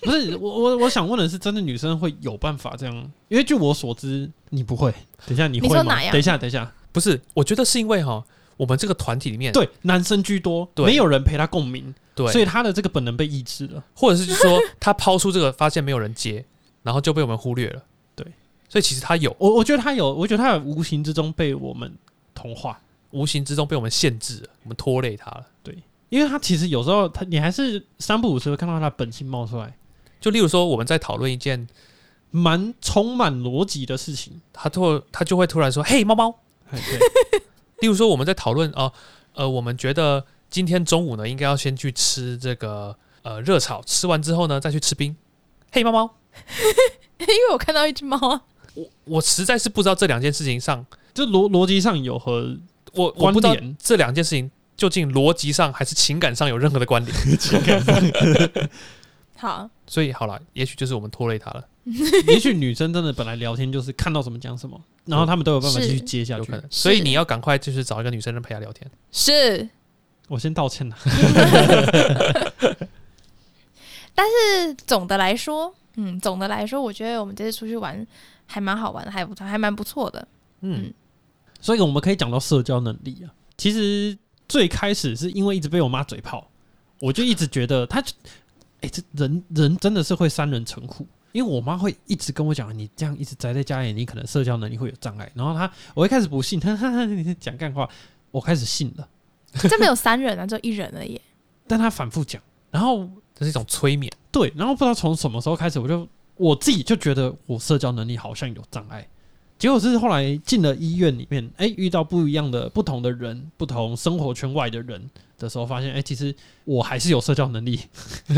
Speaker 1: 不是我我我想问的是，真的女生会有办法这样？因为据我所知，你不会。等一下你
Speaker 3: 你
Speaker 1: 会
Speaker 3: 说
Speaker 1: 吗
Speaker 3: 哪？样
Speaker 1: 等一下等一下，
Speaker 2: 不是，我觉得是因为哈，我们这个团体里面，
Speaker 1: 对，男生居多，
Speaker 2: 对
Speaker 1: 没有人陪他共鸣，
Speaker 2: 对，
Speaker 1: 所以他的这个本能被抑制了。
Speaker 2: 或者是就说他抛出这个，发现没有人接， 然后就被我们忽略了。
Speaker 1: 对，
Speaker 2: 所以其实他有
Speaker 1: 我我觉得他有，我觉得他有无形之中被我们同化，
Speaker 2: 无形之中被我们限制了，我们拖累他了。
Speaker 1: 因为他其实有时候他你还是三不五时会看到他的本性冒出来，
Speaker 2: 就例如说，我们在讨论一件，
Speaker 1: 蛮充满逻辑的事情。
Speaker 2: 他突他就会突然说：“嘿，猫猫。
Speaker 1: 哎对，”
Speaker 2: 例如说，我们在讨论啊，呃，我们觉得今天中午呢，应该要先去吃这个呃热炒，吃完之后呢，再去吃冰。嘿，猫猫，
Speaker 3: 因为我看到一只猫啊，
Speaker 2: 我我实在是不知道这两件事情上，
Speaker 1: 就逻逻辑上有和
Speaker 2: 我我
Speaker 1: 关
Speaker 2: 不知道
Speaker 1: 联
Speaker 2: 这两件事情究竟逻辑上还是情感上有任何的关联。
Speaker 1: 情感上，
Speaker 3: 好，
Speaker 2: 所以好了，也许就是我们拖累他了。
Speaker 1: 也许女生真的本来聊天就是看到什么讲什么，然后他们都有办法
Speaker 3: 是
Speaker 1: 继续接下
Speaker 2: 有
Speaker 1: 去
Speaker 2: 可。能。
Speaker 3: 是
Speaker 2: 所以你要赶快就是找一个女生陪她聊天。
Speaker 3: 是，
Speaker 1: 我先道歉了，
Speaker 3: 但是总的来说，嗯，总的来说，我觉得我们这次出去玩还蛮好玩的，还不错，还蛮不错的。
Speaker 2: 嗯，
Speaker 1: 所以我们可以讲到社交能力啊。其实最开始是因为一直被我妈嘴炮，我就一直觉得她，哎、这人人真的是会三人成虎。因为我妈会一直跟我讲，你这样一直宅在家里，你可能社交能力会有障碍。然后她，我一开始不信，她哈哈，你在讲干话，我开始信了。
Speaker 3: 这边有三人啊，就一人而已。
Speaker 1: 但她反复讲，然后
Speaker 2: 这是一种催眠。
Speaker 1: 对，然后不知道从什么时候开始，我就我自己就觉得我社交能力好像有障碍。结果是后来进了医院里面，哎，遇到不一样的、不同的人、不同生活圈外的人的时候，发现，哎，其实我还是有社交能力。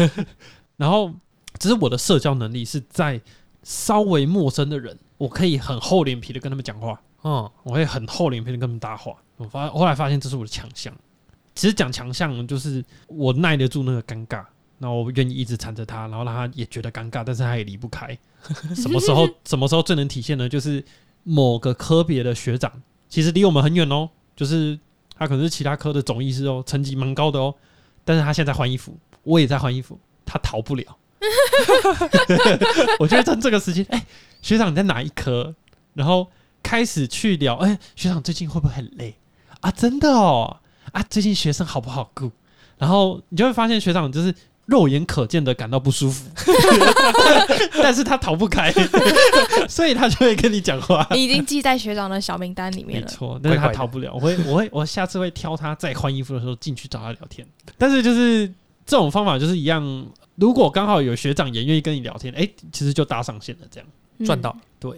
Speaker 1: 然后，只是我的社交能力是在稍微陌生的人，我可以很厚脸皮的跟他们讲话，
Speaker 2: 嗯，
Speaker 1: 我会很厚脸皮的跟他们搭话。我发后来发现这是我的强项。其实讲强项就是我耐得住那个尴尬，然后我愿意一直缠着他，然后让他也觉得尴尬，但是他也离不开。什么时候 什么时候最能体现呢？就是某个科别的学长，其实离我们很远哦，就是他可能是其他科的总医师哦，成绩蛮高的哦，但是他现在在换衣服，我也在换衣服，他逃不了。 我就会趁这个时间，哎、学长你在哪一科？然后开始去聊，哎、学长最近会不会很累啊？真的哦，啊，最近学生好不好顾？然后你就会发现学长就是肉眼可见的感到不舒服， 但是他逃不开， 所以他就会跟你讲话。
Speaker 3: 你已经记在学长的小名单里
Speaker 1: 没
Speaker 3: 面了。
Speaker 1: 错，但是他
Speaker 2: 怪怪的
Speaker 1: 逃不了。我会，我会，我下次会挑他再换衣服的时候进去找他聊天。但是就是这种方法就是一样，如果刚好有学长也愿意跟你聊天，哎、其实就搭上线了。这样
Speaker 3: 嗯
Speaker 2: 赚到。
Speaker 1: 对，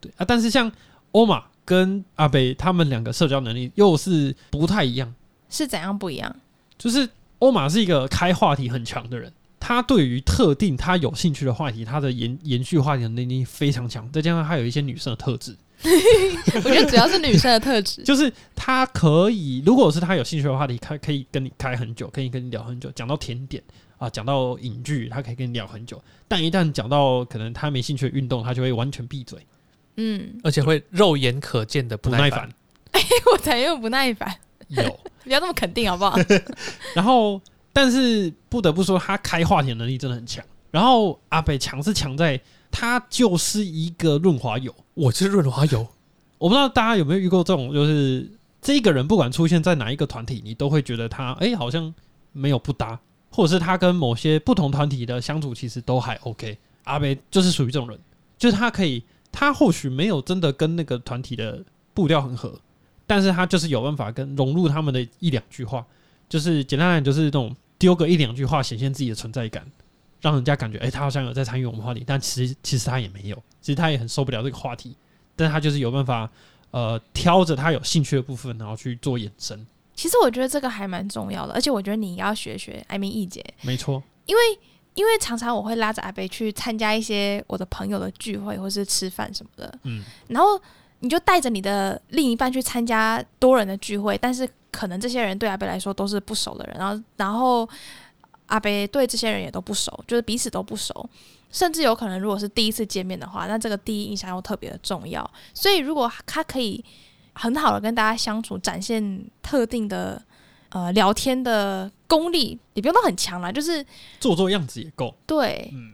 Speaker 1: 对啊。但是像欧玛跟阿北他们两个社交能力又是不太一样，
Speaker 3: 是怎样不一样？
Speaker 1: 就是欧玛是一个开话题很强的人。他对于特定他有兴趣的话题，他的延延续话题的能力非常强，再加上他有一些女生的特质，
Speaker 3: 我觉得主要是女生的特质。
Speaker 1: 就是他可以，如果是他有兴趣的话题，他可以跟你开很久，可以跟你聊很久，讲到甜点啊，讲到影剧，他可以跟你聊很久。但一旦讲到可能他没兴趣的运动，他就会完全闭嘴，
Speaker 3: 嗯，
Speaker 2: 而且会肉眼可见的
Speaker 1: 不
Speaker 2: 不
Speaker 1: 耐
Speaker 2: 耐
Speaker 1: 烦
Speaker 2: 烦。。
Speaker 3: 我才用不耐烦，
Speaker 1: 有，
Speaker 3: 不要那么肯定好不 好？
Speaker 1: 然后但是不得不说，他开话题的能力真的很强。然后阿北强是强在他就是一个润滑油，
Speaker 2: 我就是润滑油，
Speaker 1: 我不知道大家有没有遇过这种，就是这个人不管出现在哪一个团体，你都会觉得他哎、诶好像没有不搭，或者是他跟某些不同团体的相处其实都还 OK。阿北就是属于这种人，就是他可以，他或许没有真的跟那个团体的步调很合，但是他就是有办法跟融入他们的一两句话，就是简单来讲就是那种丢个一两句话显现自己的存在感。让人家感觉，哎、他好像有在参与我们话题，但其实其实他也没有，其实他也很受不了这个话题，但是他就是有办法，呃，挑着他有兴趣的部分，然后去做延伸。
Speaker 3: 其实我觉得这个还蛮重要的，而且我觉得你应该要学学艾米易姐，
Speaker 1: 没错，
Speaker 3: 因为因为常常我会拉着阿贝去参加一些我的朋友的聚会或是吃饭什么的，
Speaker 1: 嗯，
Speaker 3: 然后你就带着你的另一半去参加多人的聚会，但是可能这些人对阿贝来说都是不熟的人，然后然后阿贝对这些人也都不熟，就是彼此都不熟，甚至有可能如果是第一次见面的话，那这个第一印象又特别的重要，所以如果他可以很好的跟大家相处，展现特定的。呃，聊天的功力也不用到很强啦，就是
Speaker 1: 做做样子也够。
Speaker 3: 对，
Speaker 1: 嗯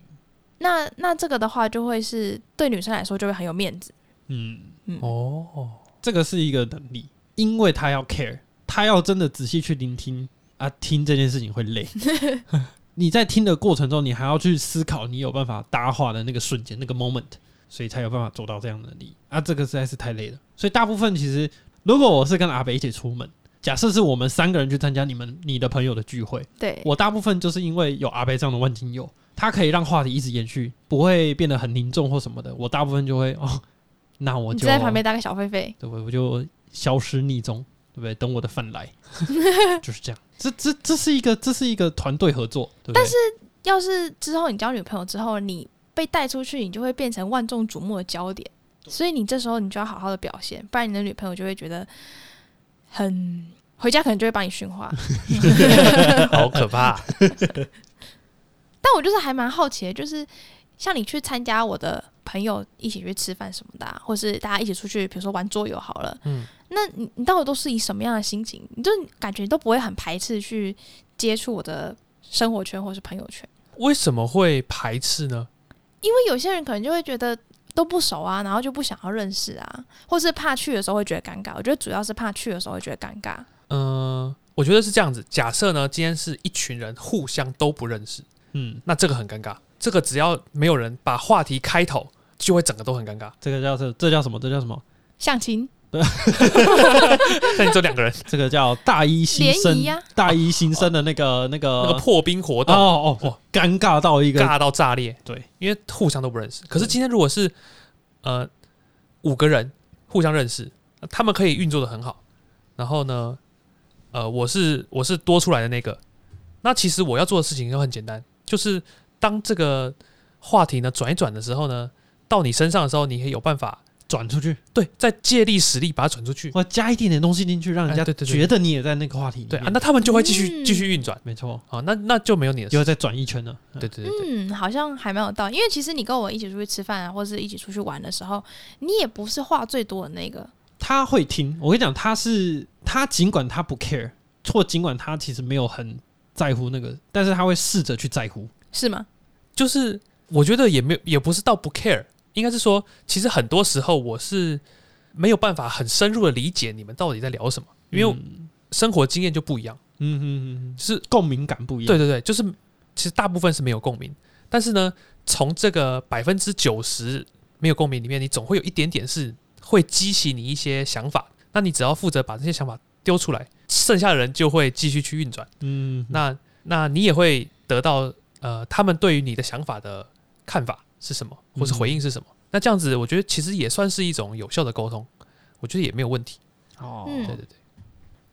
Speaker 3: 那那这个的话，就会是对女生来说就会很有面子。
Speaker 1: 嗯，
Speaker 3: 嗯，
Speaker 2: 哦，
Speaker 1: 这个是一个能力，因为他要 care，他要真的仔细去聆听啊，听这件事情会累。你在听的过程中，你还要去思考你有办法搭话的那个瞬间，那个 moment，所以才有办法做到这样的能力啊，这个实在是太累了。所以大部分其实，如果我是跟阿北一起出门，假设是我们三个人去参加你们你的朋友的聚会，
Speaker 3: 对，
Speaker 1: 我大部分就是因为有阿贝这样的万金油，它可以让话题一直延续，不会变得很凝重或什么的。我大部分就会哦，那我
Speaker 3: 你
Speaker 1: 就
Speaker 3: 就在旁边，搭个小狒狒，
Speaker 1: 对我我就消失匿踪，对不对？等我的饭来，就是这样。这这这是一个这是一个团队合作，对不对？但是
Speaker 3: 要是之后你交女朋友之后，你被带出去，你就会变成万众瞩目的焦点，所以你这时候你就要好好的表现，不然你的女朋友就会觉得很回家可能就会把你训话。
Speaker 2: 好可怕。
Speaker 3: 但我就是还蛮好奇的，就是像你去参加我的朋友一起去吃饭什么的、啊，或是大家一起出去，比如说玩桌游好了，
Speaker 2: 嗯，
Speaker 3: 那你你到底都是以什么样的心情？你就感觉都不会很排斥去接触我的生活圈或是朋友圈。
Speaker 2: 为什么会排斥呢？
Speaker 3: 因为有些人可能就会觉得都不熟啊，然后就不想要认识啊，或是怕去的时候会觉得尴尬。我觉得主要是怕去的时候会觉得尴尬。
Speaker 2: 嗯、我觉得是这样子。假设呢，今天是一群人互相都不认识，
Speaker 1: 嗯，
Speaker 2: 那这个很尴尬。这个只要没有人把话题开头，就会整个都很 尴尬。
Speaker 1: 这个叫这这叫什么？这叫什么？
Speaker 3: 相亲，
Speaker 2: 但你只有两个人，
Speaker 1: 这个叫大一新
Speaker 3: 联
Speaker 1: 生，
Speaker 3: 谊啊呀
Speaker 1: 大一新生的那个那个
Speaker 2: 那个破冰活动
Speaker 1: 哦哦，尴尬到一个
Speaker 2: 尬到炸裂。
Speaker 1: 对，
Speaker 2: 因为互相都不认识。可是今天如果是呃五个人互相认识，那他们可以运作的很好。然后呢，呃，我是我是多出来的那个。那其实我要做的事情就很简单，就是当这个话题呢转一转的时候呢，到你身上的时候，你也有办法
Speaker 1: 转出去，
Speaker 2: 对，再借力使力把它转出去。
Speaker 1: 或加一点点东西进去，让人家
Speaker 2: 哎对对对
Speaker 1: 觉得你也在那个话题里
Speaker 2: 对啊
Speaker 1: 面，
Speaker 2: 那他们就会继续
Speaker 3: 嗯
Speaker 2: 继续运转。
Speaker 1: 没错，
Speaker 2: 好，那那就没有你的
Speaker 1: 又
Speaker 2: 事。
Speaker 1: 再转一圈了。嗯
Speaker 2: 对对对对。
Speaker 3: 嗯，好像还蛮有道理。因为其实你跟我一起出去吃饭啊，或是一起出去玩的时候，你也不是话最多的那个。
Speaker 1: 他会听。我跟你讲，他是他尽管他不 care，或尽管他其实没有很在乎那个，但是他会试着去在乎。
Speaker 3: 是吗？
Speaker 2: 就是我觉得也没有，也不是到不 care，应该是说，其实很多时候我是没有办法很深入的理解你们到底在聊什么，因为
Speaker 1: 嗯
Speaker 2: 生活经验就不一样。
Speaker 1: 嗯嗯嗯，
Speaker 2: 就是
Speaker 1: 共鸣感不一样。
Speaker 2: 对对对，就是其实大部分是没有共鸣，但是呢，从这个百分之九十没有共鸣里面，你总会有一点点是会激起你一些想法，那你只要负责把这些想法丢出来，剩下的人就会继续去运转。
Speaker 1: 嗯，那
Speaker 2: 那那你也会得到呃，他们对于你的想法的看法是什么，或是回应是什么？那这样子，我觉得其实也算是一种有效的沟通，我觉得也没有问题。
Speaker 1: 哦，
Speaker 3: 嗯
Speaker 2: 对对对，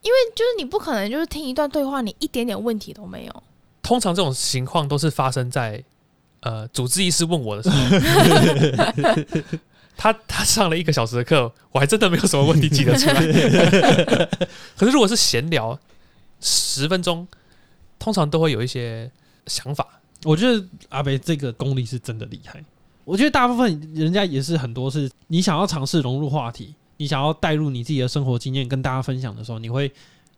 Speaker 3: 就是你不可能就是听一段对话，你一点点问题都没有。
Speaker 2: 通常这种情况都是发生在呃，主治医师问我的时候。 他他上了一个小时的课，我还真的没有什么问题记得出来。 可是如果是闲聊十分钟，通常都会有一些想法，
Speaker 1: 我觉得阿北这个功力是真的厉害。我觉得大部分人家也是很多是，你想要尝试融入话题，你想要带入你自己的生活经验跟大家分享的时候，你会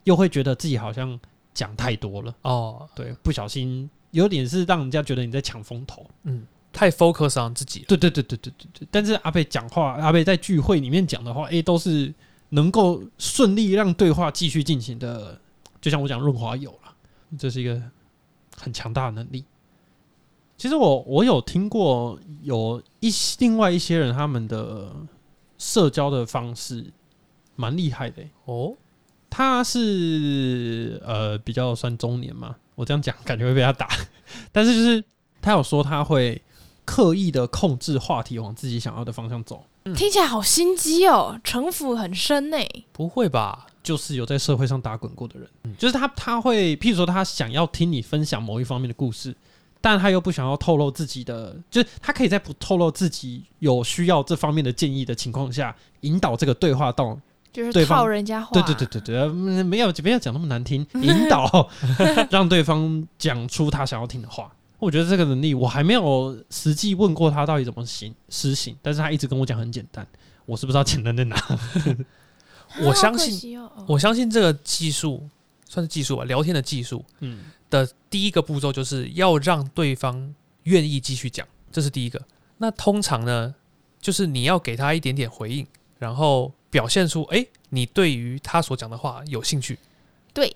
Speaker 1: 又会觉得自己好像讲太多了，
Speaker 2: 哦，
Speaker 1: 对，不小心有点是让人家觉得你在抢风头。
Speaker 2: 嗯太 focus on 自己了。
Speaker 1: 对对对对对对对。但是阿贝讲话，阿贝在聚会里面讲的话，诶，都是能够顺利让对话继续进行的。就像我讲润滑油了，这是一个很强大的能力。其实我我有听过有一些另外一些人他们的社交的方式蛮厉害的、欸
Speaker 2: 哦，
Speaker 1: 他是呃比较算中年嘛，我这样讲感觉会被他打， 但是就是他有说他会刻意的控制话题往自己想要的方向走，
Speaker 2: 嗯
Speaker 3: 听起来好心机哦，城府很深呢、
Speaker 2: 不会吧？
Speaker 1: 就是有在社会上打滚过的人，就是他他会譬如说他想要听你分享某一方面的故事。但他又不想要透露自己的，就是他可以在不透露自己有需要这方面的建议的情况下，引导这个对话到
Speaker 3: 就是
Speaker 1: 对方
Speaker 3: 套人家话。啊
Speaker 1: 对对对对对，呃嗯没有没有讲那么难 听，引导让对方讲出他想要听的话。我觉得这个能力我还没有实际问过他到底怎么行实行，但是他一直跟我讲很简单，我是不知道简单在哪。
Speaker 3: 啊，
Speaker 2: 我相信
Speaker 3: 好可惜哦
Speaker 2: 我相信这个技术算是技术吧，聊天的技术
Speaker 1: 嗯
Speaker 2: 的第一个步骤就是要让对方愿意继续讲，这是第一个。那通常呢，就是你要给他一点点回应，然后表现出哎、诶你对于他所讲的话有兴趣。
Speaker 3: 对，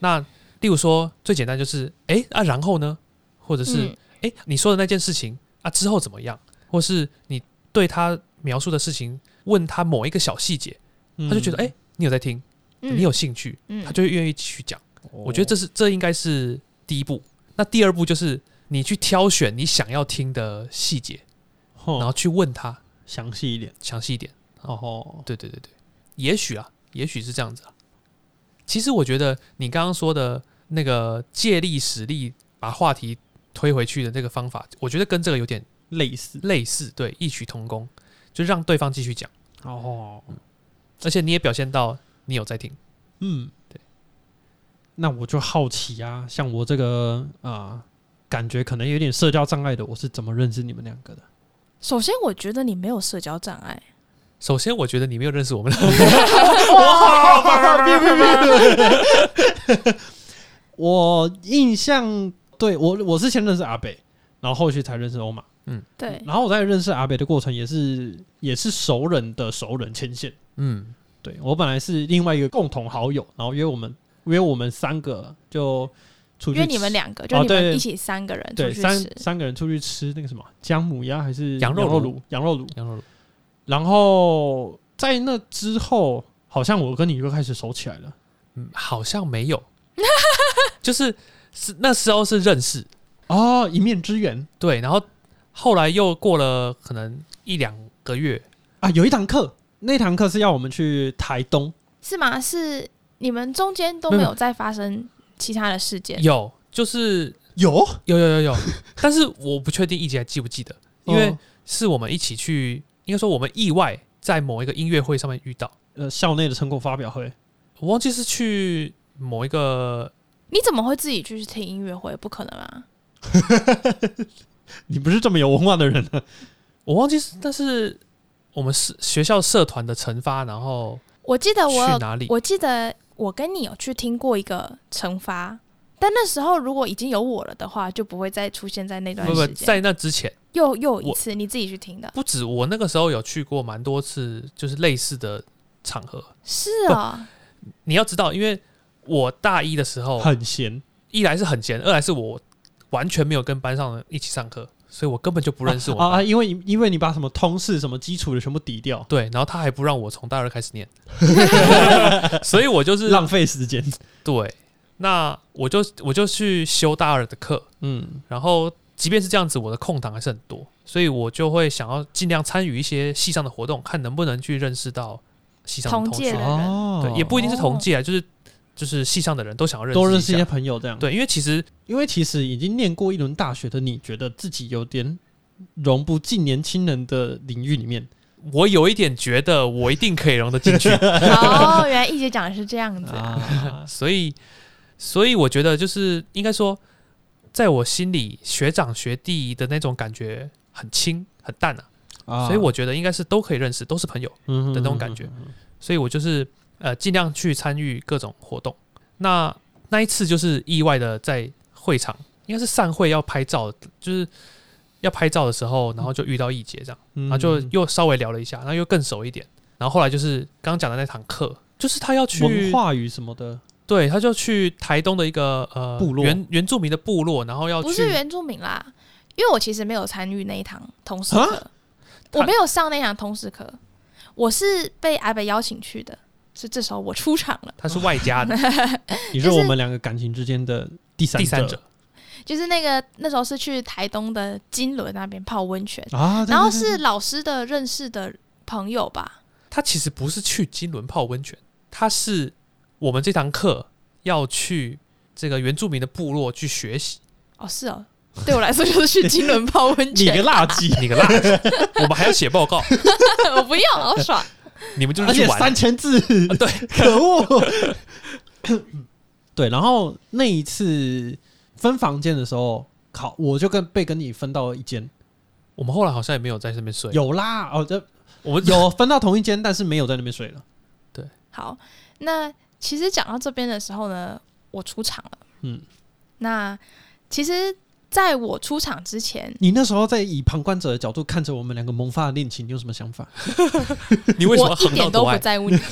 Speaker 2: 那例如说最简单就是哎、诶啊，然后呢，或者是
Speaker 3: 嗯
Speaker 2: 哎、诶你说的那件事情啊之后怎么样，或是你对他描述的事情问他某一个小细节，
Speaker 1: 嗯
Speaker 2: 他就觉得哎、诶你有在听，
Speaker 3: 嗯
Speaker 2: 你有兴趣，
Speaker 3: 嗯
Speaker 2: 他就会愿意去讲。我觉得这
Speaker 1: 是
Speaker 2: 是这应该是第一步。那第二步就是你去挑选你想要听的细节，
Speaker 1: 哦
Speaker 2: 然后去问他
Speaker 1: 详细一点。
Speaker 2: 详细一点。
Speaker 1: 哦，
Speaker 2: 对对对对，也许啊，也许是这样子啊。其实我觉得你刚刚说的那个借力使力把话题推回去的这个方法，我觉得跟这个有点
Speaker 1: 类似
Speaker 2: 类似，对，异曲同工，就让对方继续讲，
Speaker 1: 哦，
Speaker 2: 嗯而且你也表现到你有在听。
Speaker 1: 嗯，
Speaker 2: 对。
Speaker 1: 那我就好奇啊，像我这个啊、呃感觉可能有点社交障碍的，我是怎么认识你们两个的？
Speaker 3: 首先，我觉得你没有社交障碍，
Speaker 2: 首先，我觉得你没有认识我们，
Speaker 1: 我印象对我我是先认识阿北，然后后续才认识欧玛，
Speaker 3: 对，
Speaker 1: 然后我在认识阿北的过程也是也是熟人的熟人牵线。
Speaker 2: 嗯，
Speaker 1: 对我本来是另外一个共同好友，然后约我们约我们三个就出去
Speaker 3: 约
Speaker 1: 吃
Speaker 3: 你们两个，
Speaker 1: 哦
Speaker 3: 就你
Speaker 1: 对
Speaker 3: 们一起三个人出
Speaker 1: 对
Speaker 3: 去吃，
Speaker 1: 三三个人出去吃那个什么姜母鸭还是
Speaker 2: 羊肉
Speaker 1: 肉
Speaker 2: 炉
Speaker 1: 炉羊肉炉，
Speaker 2: 羊肉炉
Speaker 1: 然后在那之后，好像我跟你就开始熟起来了。
Speaker 2: 嗯，好像没有， 就是是那时候是认识，
Speaker 1: 哦，一面之缘
Speaker 2: 对，然后后来又过了可能一两个月，
Speaker 1: 啊！有一堂课，那堂课是要我们去台东，
Speaker 3: 是吗？是你们中间都
Speaker 2: 没有
Speaker 3: 没有再发生其他的事件？
Speaker 2: 有就是
Speaker 1: 有，
Speaker 2: 有有有 有，但是我不确定一姐还记不记得，因为
Speaker 1: 哦
Speaker 2: 是我们一起去，应该说我们意外在某一个音乐会上面遇到，
Speaker 1: 呃校内的成果发表会，
Speaker 2: 我忘记是去某一个，
Speaker 3: 你怎么会自己去听音乐会？不可能啊！
Speaker 1: 你不是这么有文化的人啊！
Speaker 2: 我忘记是，但是我们是学校社团的惩罚，然后
Speaker 3: 我记得哦我
Speaker 2: 去
Speaker 3: 有，
Speaker 2: 哪里？
Speaker 3: 我记得我跟你有去听过一个惩罚，但那时候如果已经有我了的话，就不会再出现在那段
Speaker 2: 不不，
Speaker 3: 时间。
Speaker 2: 在那之前。
Speaker 3: 又又有一
Speaker 2: 我
Speaker 3: 次你自己去听的，
Speaker 2: 不止我那个时候有去过蛮多次，就是类似的场合。
Speaker 3: 是啊、
Speaker 2: 你要知道，因为我大一的时候，
Speaker 1: 很闲，
Speaker 2: 一来是很闲，二来是我完全没有跟班上人一起上课，所以我根本就不认识我们
Speaker 1: 啊
Speaker 2: 班。
Speaker 1: 啊！因为因为你把什么通识、什么基础的全部抵掉，
Speaker 2: 对，然后他还不让我从大二开始 念，所以我就是啊
Speaker 1: 浪费时间。
Speaker 2: 对，那我就我就去修大二的课，
Speaker 1: 嗯，
Speaker 2: 然后即便是这样子，我的空档还是很多，所以我就会想要尽量参与一些系上的活动，看能不能去认识到系上的
Speaker 3: 同
Speaker 2: 同
Speaker 3: 届
Speaker 2: 学
Speaker 3: 的。
Speaker 1: 哦
Speaker 2: 对，也不一定是同届啊，就是就是系上的人都想要认识
Speaker 1: 多认识一
Speaker 2: 一
Speaker 1: 些
Speaker 2: 下。
Speaker 1: 朋友这样。，
Speaker 2: 对，因为其实
Speaker 1: 因为其实已经念过一轮大学的你，觉得自己有点融不进年轻人的领域里面。
Speaker 2: 我有一点觉得我一定可以融得 进去，
Speaker 3: 哦，原来一姐讲的是这样子啊。
Speaker 1: 啊，
Speaker 2: 所以所以我觉得就是应该说，在我心里学长学弟的那种感觉很轻很淡啊，所以我觉得应该是都可以认识，都是朋友。
Speaker 1: 的
Speaker 2: 的那种感觉
Speaker 1: 嗯
Speaker 2: 所以我就是呃尽量去参与各种活动。那那一次就是意外的在会场，应该是散会要拍照，就是要拍照的时候，然后就遇到易杰这样，
Speaker 1: 嗯
Speaker 2: 然后就又稍微聊了一下，然后又更熟一点。然后后来就是刚刚讲的那堂课，就是他要
Speaker 1: 文
Speaker 2: 去，
Speaker 1: 化语什么的，
Speaker 2: 对，他就去台东的一个呃
Speaker 1: 部落
Speaker 2: 原原住民的部落，然后要
Speaker 3: 不
Speaker 2: 去
Speaker 3: 是原住民啦，因为我其实没有参与那一堂通识课，
Speaker 2: 啊他
Speaker 3: 我没有上那堂通识课，我是被阿北邀请去的，所以这时候我出场了，
Speaker 2: 他是外加的
Speaker 1: 你是我们两个感情之间的第三
Speaker 2: 第三者，
Speaker 3: 就是那个那时候是去台东的金轮那边泡温泉，
Speaker 1: 啊，对
Speaker 3: 然后
Speaker 1: 对
Speaker 3: 是老师的认识的朋友吧，
Speaker 2: 他其实不是去金轮泡温泉，他是我们这堂课要去这个原住民的部落去学 习。
Speaker 3: 哦是哦，对我来说就是去金轮泡
Speaker 1: 对
Speaker 3: 温
Speaker 1: 你个
Speaker 3: 泉，
Speaker 1: 垃圾，
Speaker 2: 你个辣子！我们还要写 报告，
Speaker 3: 我不要，好爽，
Speaker 2: 你们就
Speaker 1: 而
Speaker 2: 是去
Speaker 1: 且
Speaker 2: 玩。
Speaker 1: 三千字，
Speaker 2: 对，
Speaker 1: 可恶。 对，然后那一次分房间的时候，靠，我就跟被跟你分到一间，
Speaker 2: 我们后来好像也没有在那边睡，
Speaker 1: 有啦，哦，这
Speaker 2: 我们
Speaker 1: 有分到同一间，但是没有在那边睡了。
Speaker 3: 好，那其实讲到这边的时候呢，我出场了。
Speaker 1: 嗯，
Speaker 3: 那其实在我出场之前，
Speaker 1: 你那时候在以旁观者的角度看着我们两个萌发的恋情，你有什么想法
Speaker 2: 你为什么
Speaker 3: 我一
Speaker 2: 横到
Speaker 3: 点都
Speaker 2: 多
Speaker 3: 不
Speaker 2: 爱？
Speaker 3: 在乎你，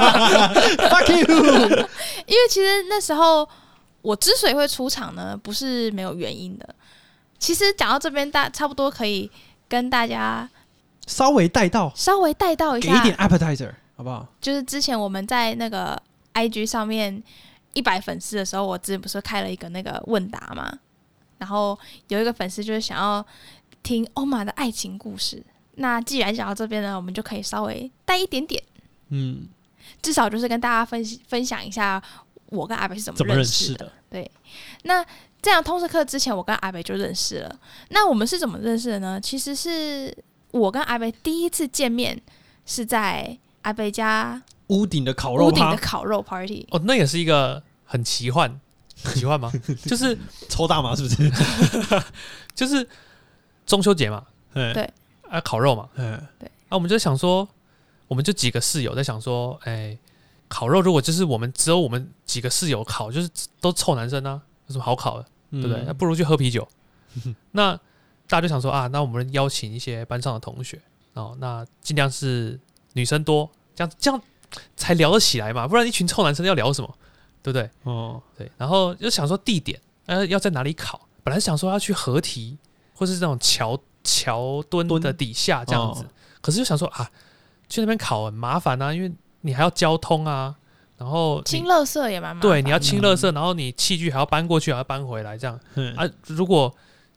Speaker 1: ？Fuck you！
Speaker 3: 因为其实那时候我之所以会出场呢，不是没有原因的。其实讲到这边，大差不多可以跟大家
Speaker 1: 稍微带到，
Speaker 3: 稍微带到一
Speaker 1: 给
Speaker 3: 下，
Speaker 1: 一点 appetizer，好不好？
Speaker 3: 就是之前我们在那个 IG 上面一百粉丝的时候，我之前不是开了一个那个问答嘛，然后有一个粉丝就是想要听欧玛的爱情故事。那既然讲到这边呢，我们就可以稍微带一点点，
Speaker 1: 嗯，
Speaker 3: 至少就是跟大家分析分享一下我跟阿北是怎
Speaker 1: 怎
Speaker 3: 么
Speaker 1: 么认
Speaker 3: 识
Speaker 1: 识
Speaker 3: 的。
Speaker 1: 的？
Speaker 3: 那这样通识课之前，我跟阿北就认识了。那我们是怎么认识的呢？其实是我跟阿北第一次见面是在阿北家
Speaker 1: 屋顶的烤哦肉
Speaker 3: 屋顶
Speaker 1: 趴，
Speaker 3: 的烤肉 party。
Speaker 2: 哦，那也是一个很奇幻，很奇幻吗？ 就是
Speaker 1: 抽大麻是不是？
Speaker 2: 就是中秋节嘛，
Speaker 1: 哎
Speaker 3: 对
Speaker 2: 啊，烤肉嘛，
Speaker 1: 哎
Speaker 2: 啊，我们就想说，我们就几个室友在想说，哎、烤肉如果就是我们只有我们几个室友烤，就是都臭男生啊，有什么好烤的，
Speaker 1: 嗯
Speaker 2: 对不对？那不如去喝啤酒。那大家就想说啊，那我们邀请一些班上的同学哦，那尽量是女生多，这样这样才聊得起来嘛，不然一群臭男生要聊什么，对不对？
Speaker 1: 哦，
Speaker 2: 对，然后就想说地点，呃，要在哪里烤？本来想说要去河堤，或是那种桥桥墩
Speaker 1: 墩
Speaker 2: 的底下这样子，
Speaker 1: 哦
Speaker 2: 可是就想说啊，去那边烤很麻烦啊，因为你还要交通啊，然后
Speaker 3: 清
Speaker 2: 你
Speaker 3: 垃圾也蛮麻烦
Speaker 2: 对你要清垃圾，然后你器具还要搬过去，还要搬回来这样
Speaker 1: 嗯
Speaker 2: 啊。如果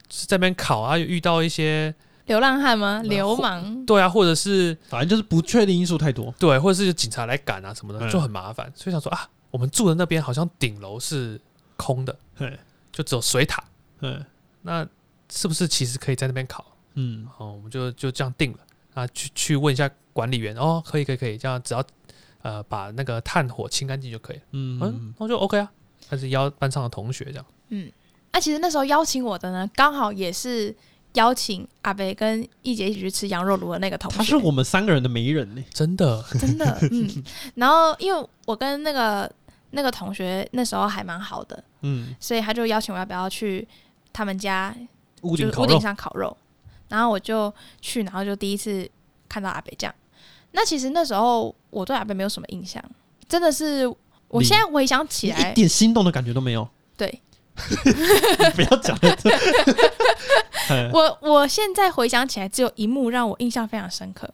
Speaker 2: 是在那边烤啊，遇到一些
Speaker 3: 流浪汉吗？
Speaker 1: 呃
Speaker 2: 嗯
Speaker 3: 流氓
Speaker 2: 对啊，或者是
Speaker 1: 反正就是不确定因素太多。
Speaker 2: 对，或者是警察来赶啊什么的，
Speaker 1: 嗯
Speaker 2: 就很麻烦。所以想说啊，我们住的那边好像顶楼是空的，
Speaker 1: 嘿
Speaker 2: 就只有水塔。
Speaker 1: 嗯
Speaker 2: 那是不是其实可以在那边烤？
Speaker 1: 嗯，
Speaker 2: 哦，我们就就这样定了啊，去去问一下管理员哦，可以可以可以，这样只要呃把那个炭火清干净就可以了。
Speaker 1: 嗯
Speaker 2: 嗯，那就 OK 啊，还是邀班上的同学这样。
Speaker 3: 嗯，那、其实那时候邀请我的呢，刚好也是邀请阿北跟易姐一起去吃羊肉炉的那个同学，
Speaker 1: 他是我们三个人的媒人呢。
Speaker 2: 真的，
Speaker 3: 真的， 嗯。然后因为我跟那个那个同学那时候还蛮好的，
Speaker 1: 嗯，
Speaker 3: 所以他就邀请我要不要去他们家，
Speaker 1: 屋顶
Speaker 3: 就是
Speaker 1: 烤
Speaker 3: 屋顶
Speaker 1: 肉，
Speaker 3: 上烤肉。然后我就去，然后就第一次看到阿北这样。那其实那时候我对阿北没有什么印象，真的是我
Speaker 1: 零
Speaker 3: 现在回想
Speaker 1: 你
Speaker 3: 起来
Speaker 1: 一，点心动的感觉都没有。
Speaker 3: 对，
Speaker 1: 你不要讲了。 哎嘿
Speaker 3: 我我现在回想起来，只有一幕让我印象非常深刻，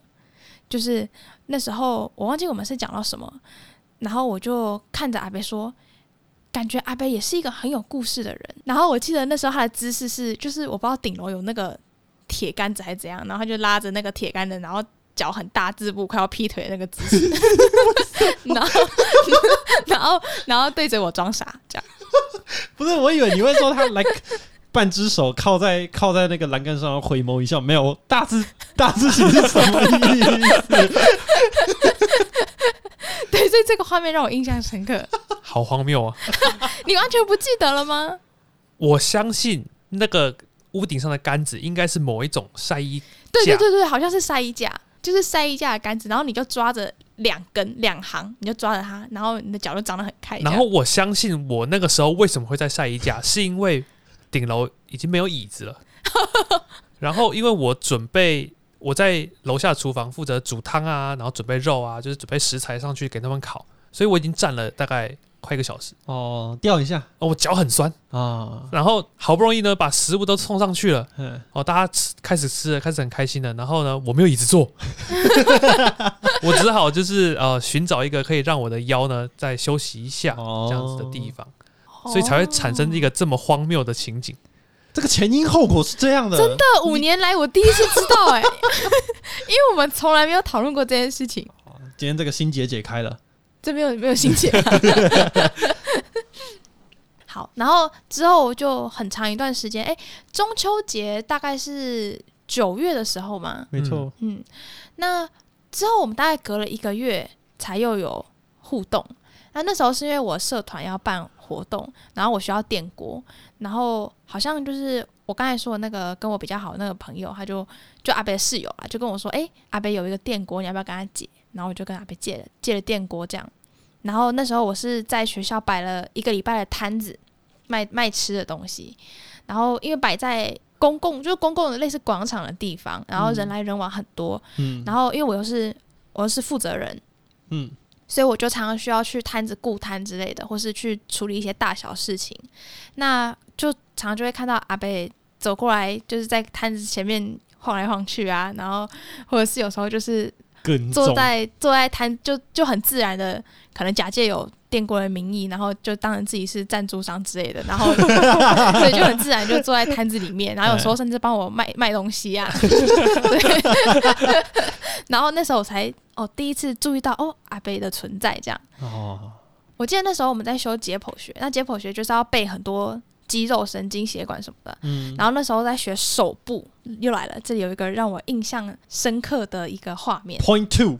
Speaker 3: 就是那时候我忘记我们是讲到什么，然后我就看着阿贝说，感觉阿贝也是一个很有故事的人。然后我记得那时候他的姿势是，就是我不知道顶楼有那个铁杆子还是怎样，然后他就拉着那个铁杆子，然后。脚很大字步，快要劈腿的那个姿势，然后，然后， 然后对着我装傻，这样
Speaker 1: 不是，我以为你会说他来半只手靠在靠在那个栏杆上，然后回眸一笑。没有，大字大字型是什么意思？
Speaker 3: 对，所以这个画面让我印象深刻。
Speaker 2: 好荒谬啊！
Speaker 3: 你完全不记得了吗？
Speaker 2: 我相信那个屋顶上的杆子应该是某一种晒衣，
Speaker 3: 对
Speaker 2: 架
Speaker 3: 对对对，好像是晒衣架，就是晒衣架的杆子，然后你就抓着两根两行，你就抓着它，然后你的脚就张得很开。
Speaker 2: 然后我相信我那个时候为什么会在晒衣架，是因为顶楼已经没有椅子了，然后因为我准备。我在楼下厨房负责煮汤啊，然后准备肉啊，就是准备食材上去给他们烤，所以我已经站了大概快一个小时，
Speaker 1: 哦，掉一下
Speaker 2: 哦，我脚很酸，
Speaker 1: 啊，
Speaker 2: 然后好不容易呢把食物都送上去了，
Speaker 1: 嗯，
Speaker 2: 哦，大家吃开始吃了，开始很开心了。然后呢，我没有椅子坐，我只好就是呃寻找一个可以让我的腰呢再休息一下、
Speaker 1: 哦
Speaker 2: 这样子的地方，
Speaker 3: 后
Speaker 2: 所以才会产
Speaker 3: 哦
Speaker 2: 生一个这么荒谬的情景。
Speaker 1: 这个前因后果是这样的，真的。
Speaker 3: 这五年来我第一次知道 哎、因为我们从来没有讨论过这件事情，
Speaker 1: 今天这个心结解开了，
Speaker 3: 这没有没有心结。 好，然后之后我就很长一段时间，哎、中秋节大概是九月的时候嘛，
Speaker 1: 没错。
Speaker 3: 嗯，那之后我们大概隔了一个月才又有互动。那那时候是因为我社团要办活动，然后我需要电锅，然后好像就是我刚才说的那个跟我比较好的那个朋友，他就就阿北的室友啊，就跟我说，诶，阿北有一个电锅，你要不要跟他借？然后我就跟阿北借了借了电锅这样。然后那时候我是在学校摆了一个礼拜的摊子，卖卖吃的东西，然后因为摆在公共，就是公共的类似广场的地方，然后人来人往很多，
Speaker 1: 嗯
Speaker 3: 然后因为我又是我又是负责人，
Speaker 1: 嗯
Speaker 3: 所以我就常常需要去摊子顾摊之类的，或是去处理一些大小事情。那就常常就会看到阿贝走过来，就是在摊子前面晃来晃去啊，然后或者是有时候就是
Speaker 1: 跟
Speaker 3: 坐
Speaker 1: 踪，
Speaker 3: 在坐在摊就就很自然的，可能假借有电锅的名义，然后就当成自己是赞助商之类的，然后所以就很自然就坐在摊子里面，然后有时候甚至帮我卖卖东西啊。对， 然后那时候我才哦第一次注意到哦阿贝的存在这样。
Speaker 1: 哦，
Speaker 3: 我记得那时候我们在修解剖学，那解剖学就是要背很多肌肉、神经、血管什么的。
Speaker 1: 嗯，
Speaker 3: 然后那时候在学手部，又来了，这里有一个让我印象深刻的一个画面。
Speaker 1: Point two，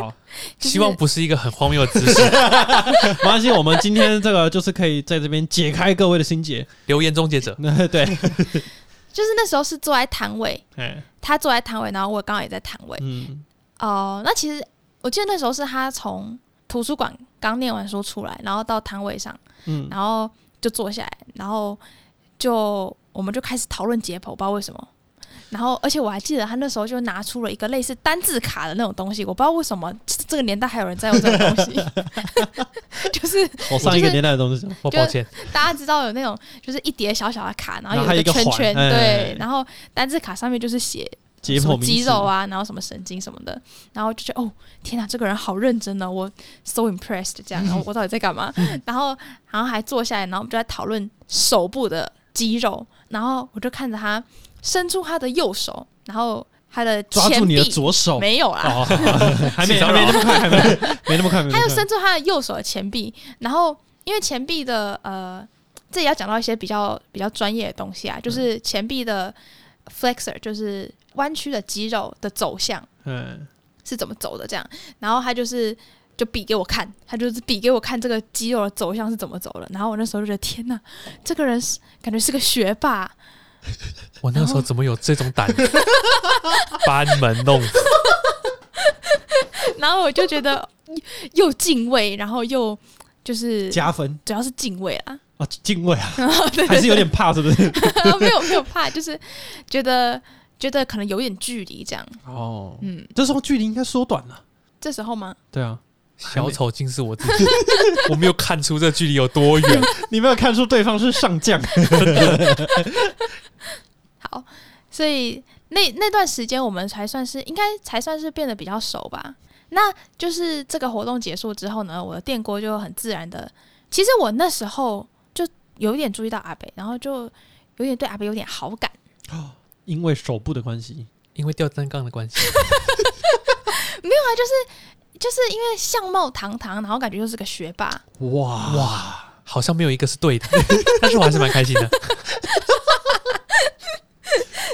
Speaker 2: 好，
Speaker 3: 就是
Speaker 2: 希望不是一个很荒谬的姿势。
Speaker 1: 没关系，我们今天这个就是可以在这边解开各位的心结。
Speaker 2: 留言终结者，
Speaker 1: 那对，
Speaker 3: 就是那时候是坐在摊位，
Speaker 1: 哎，
Speaker 3: 他坐在摊位，然后我刚好也在摊位。
Speaker 1: 嗯
Speaker 3: 哦、那其实我记得那时候是他从图书馆刚念完书出来，然后到摊位上，
Speaker 1: 嗯，
Speaker 3: 然后就坐下来，然后就我们就开始讨论解剖，不知道为什么。然后，而且我还记得他那时候就拿出了一个类似单字卡的那种东西，我不知道为什么这这个年代还有人在用这种东西， 就是
Speaker 1: 我上一
Speaker 3: 就
Speaker 1: 个
Speaker 3: 是
Speaker 1: 年代的东西，
Speaker 2: 我抱歉，
Speaker 3: 大家知道有那种就是一叠小小的卡，然
Speaker 1: 然
Speaker 3: 后
Speaker 1: 后还有
Speaker 3: 有一
Speaker 1: 一个
Speaker 3: 圈
Speaker 1: 环
Speaker 3: 圈，
Speaker 1: 哎
Speaker 3: 对，然后单字卡上面就是写
Speaker 1: 解
Speaker 3: 什么
Speaker 1: 剖名
Speaker 3: 肌
Speaker 1: 词
Speaker 3: 肉，啊，然后什么神经什么的，然后就觉得哦，天哪，这个人好认真呢、我 so impressed 这样，然后我到底在干嘛？
Speaker 1: 嗯
Speaker 3: 然后然后还坐下来，然后我们就在讨论手部的肌肉，然后我就看着他伸出他的右手，然后他的
Speaker 1: 抓
Speaker 3: 前
Speaker 1: 住你的
Speaker 3: 臂
Speaker 1: 左手，
Speaker 3: 没有啦，
Speaker 1: 哦，还没还
Speaker 2: 请骚扰
Speaker 1: 没
Speaker 3: 啊
Speaker 1: 那么快，还没 没那么快，没那么快
Speaker 3: 他又伸出他的右手的前臂，然后因为前臂的呃，这也要讲到一些比较比较专业的东西啊，就是
Speaker 1: 嗯
Speaker 3: 前臂的 flexor 就是弯曲的肌肉的走向。
Speaker 1: 嗯，
Speaker 3: 是怎么走的这样。然后他就是就比给我看，他就是比给我看这个肌肉的走向是怎么走的。然后我那时候就觉得天哪，这个人是感觉是个学霸，
Speaker 2: 我那时候怎么有这种胆，班门弄 斧？
Speaker 3: 然后我就觉得又又敬畏，然后又就是
Speaker 1: 加分
Speaker 3: 主要是敬畏 啊，
Speaker 1: 啊，敬畏啊， 还是有点怕，是不是？
Speaker 3: 没有没有怕，就是觉得觉得可能有点距离这样。
Speaker 1: 哦，
Speaker 3: 嗯，
Speaker 1: 这时候距离应该缩短了。
Speaker 3: 这时候吗？
Speaker 1: 对啊，
Speaker 2: 小丑竟是我自己，我没有看出这距离有多远。
Speaker 1: 你没有看出对方是上将，
Speaker 3: 好，所以那那段时间我们才算是应该才算是变得比较熟吧。那就是这个活动结束之后呢，我的电锅就很自然的，其实我那时候就有一点注意到阿北，然后就有点对阿北有点好感，
Speaker 1: 因为手部的关系，
Speaker 2: 因为吊单杠的关系，
Speaker 3: 就是因为相貌堂堂，然后感觉又是个学霸，
Speaker 1: 哇哇，
Speaker 2: 好像没有一个是对的， 但是我还是蛮开心的。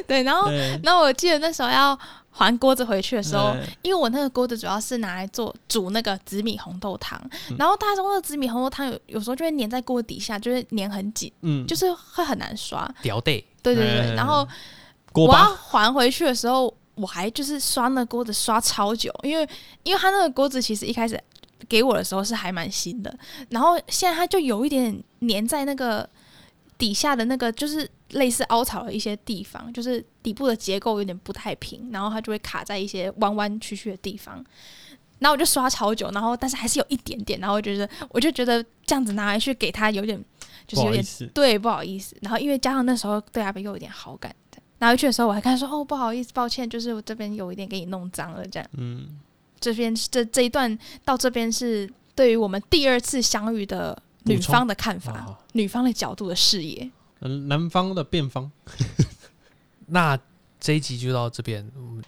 Speaker 3: 对，然后
Speaker 1: 对
Speaker 3: 那我记得那时候要还锅子回去的哦时候，
Speaker 1: 哎
Speaker 3: 因为我那个锅子主要是拿来做煮那个紫米红豆汤，
Speaker 1: 嗯
Speaker 3: 然后大中的紫米红豆汤有有时候就会粘在锅底下，就会粘很紧。
Speaker 1: 嗯，
Speaker 3: 就是会很难刷。
Speaker 2: 屌 day，
Speaker 3: 对对对，
Speaker 1: 哎
Speaker 3: 然后
Speaker 1: 锅
Speaker 3: 我要
Speaker 1: 巴，
Speaker 3: 还回去的时候，我还就是刷那锅子刷超久，因为因为它那个锅子其实一开始给我的时候是还蛮新的，然后现在它就有一点粘在那个底下的那个就是类似凹槽的一些地方，就是底部的结构有点不太平，然后它就会卡在一些弯弯曲曲的地方。然后我就刷超久，然后但是还是有一点点，然后我觉得我就觉得这样子拿来去给它有点就
Speaker 1: 不
Speaker 3: 是
Speaker 1: 好
Speaker 3: 有
Speaker 1: 意
Speaker 3: 点
Speaker 1: 思，
Speaker 3: 对，不好意思。然后因为加上那时候对阿北又有点好感，这样拿回去的时候我还跟他说：“哦，不好意思，抱歉，就是我这边有一点给你弄脏了。”这样，
Speaker 1: 嗯，
Speaker 3: 这边这这一段到这边是对于我们第二次相遇的女
Speaker 1: 补充
Speaker 3: 方的看法，
Speaker 1: 哦
Speaker 3: 女方的角度的视野。
Speaker 1: 嗯南方的辩方，
Speaker 2: 那这一集就到这边。嗯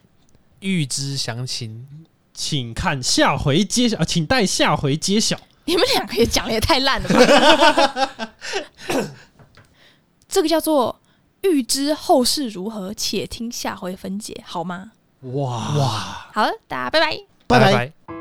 Speaker 2: 预知详情，
Speaker 1: 请看下回揭晓，啊请待下回揭晓。
Speaker 3: 你们两个也讲的也太烂了吧！ 这个叫做预知后事如何，且听下回分解，好吗？
Speaker 1: 哇哇，
Speaker 3: 好了，大家拜拜。
Speaker 2: 拜拜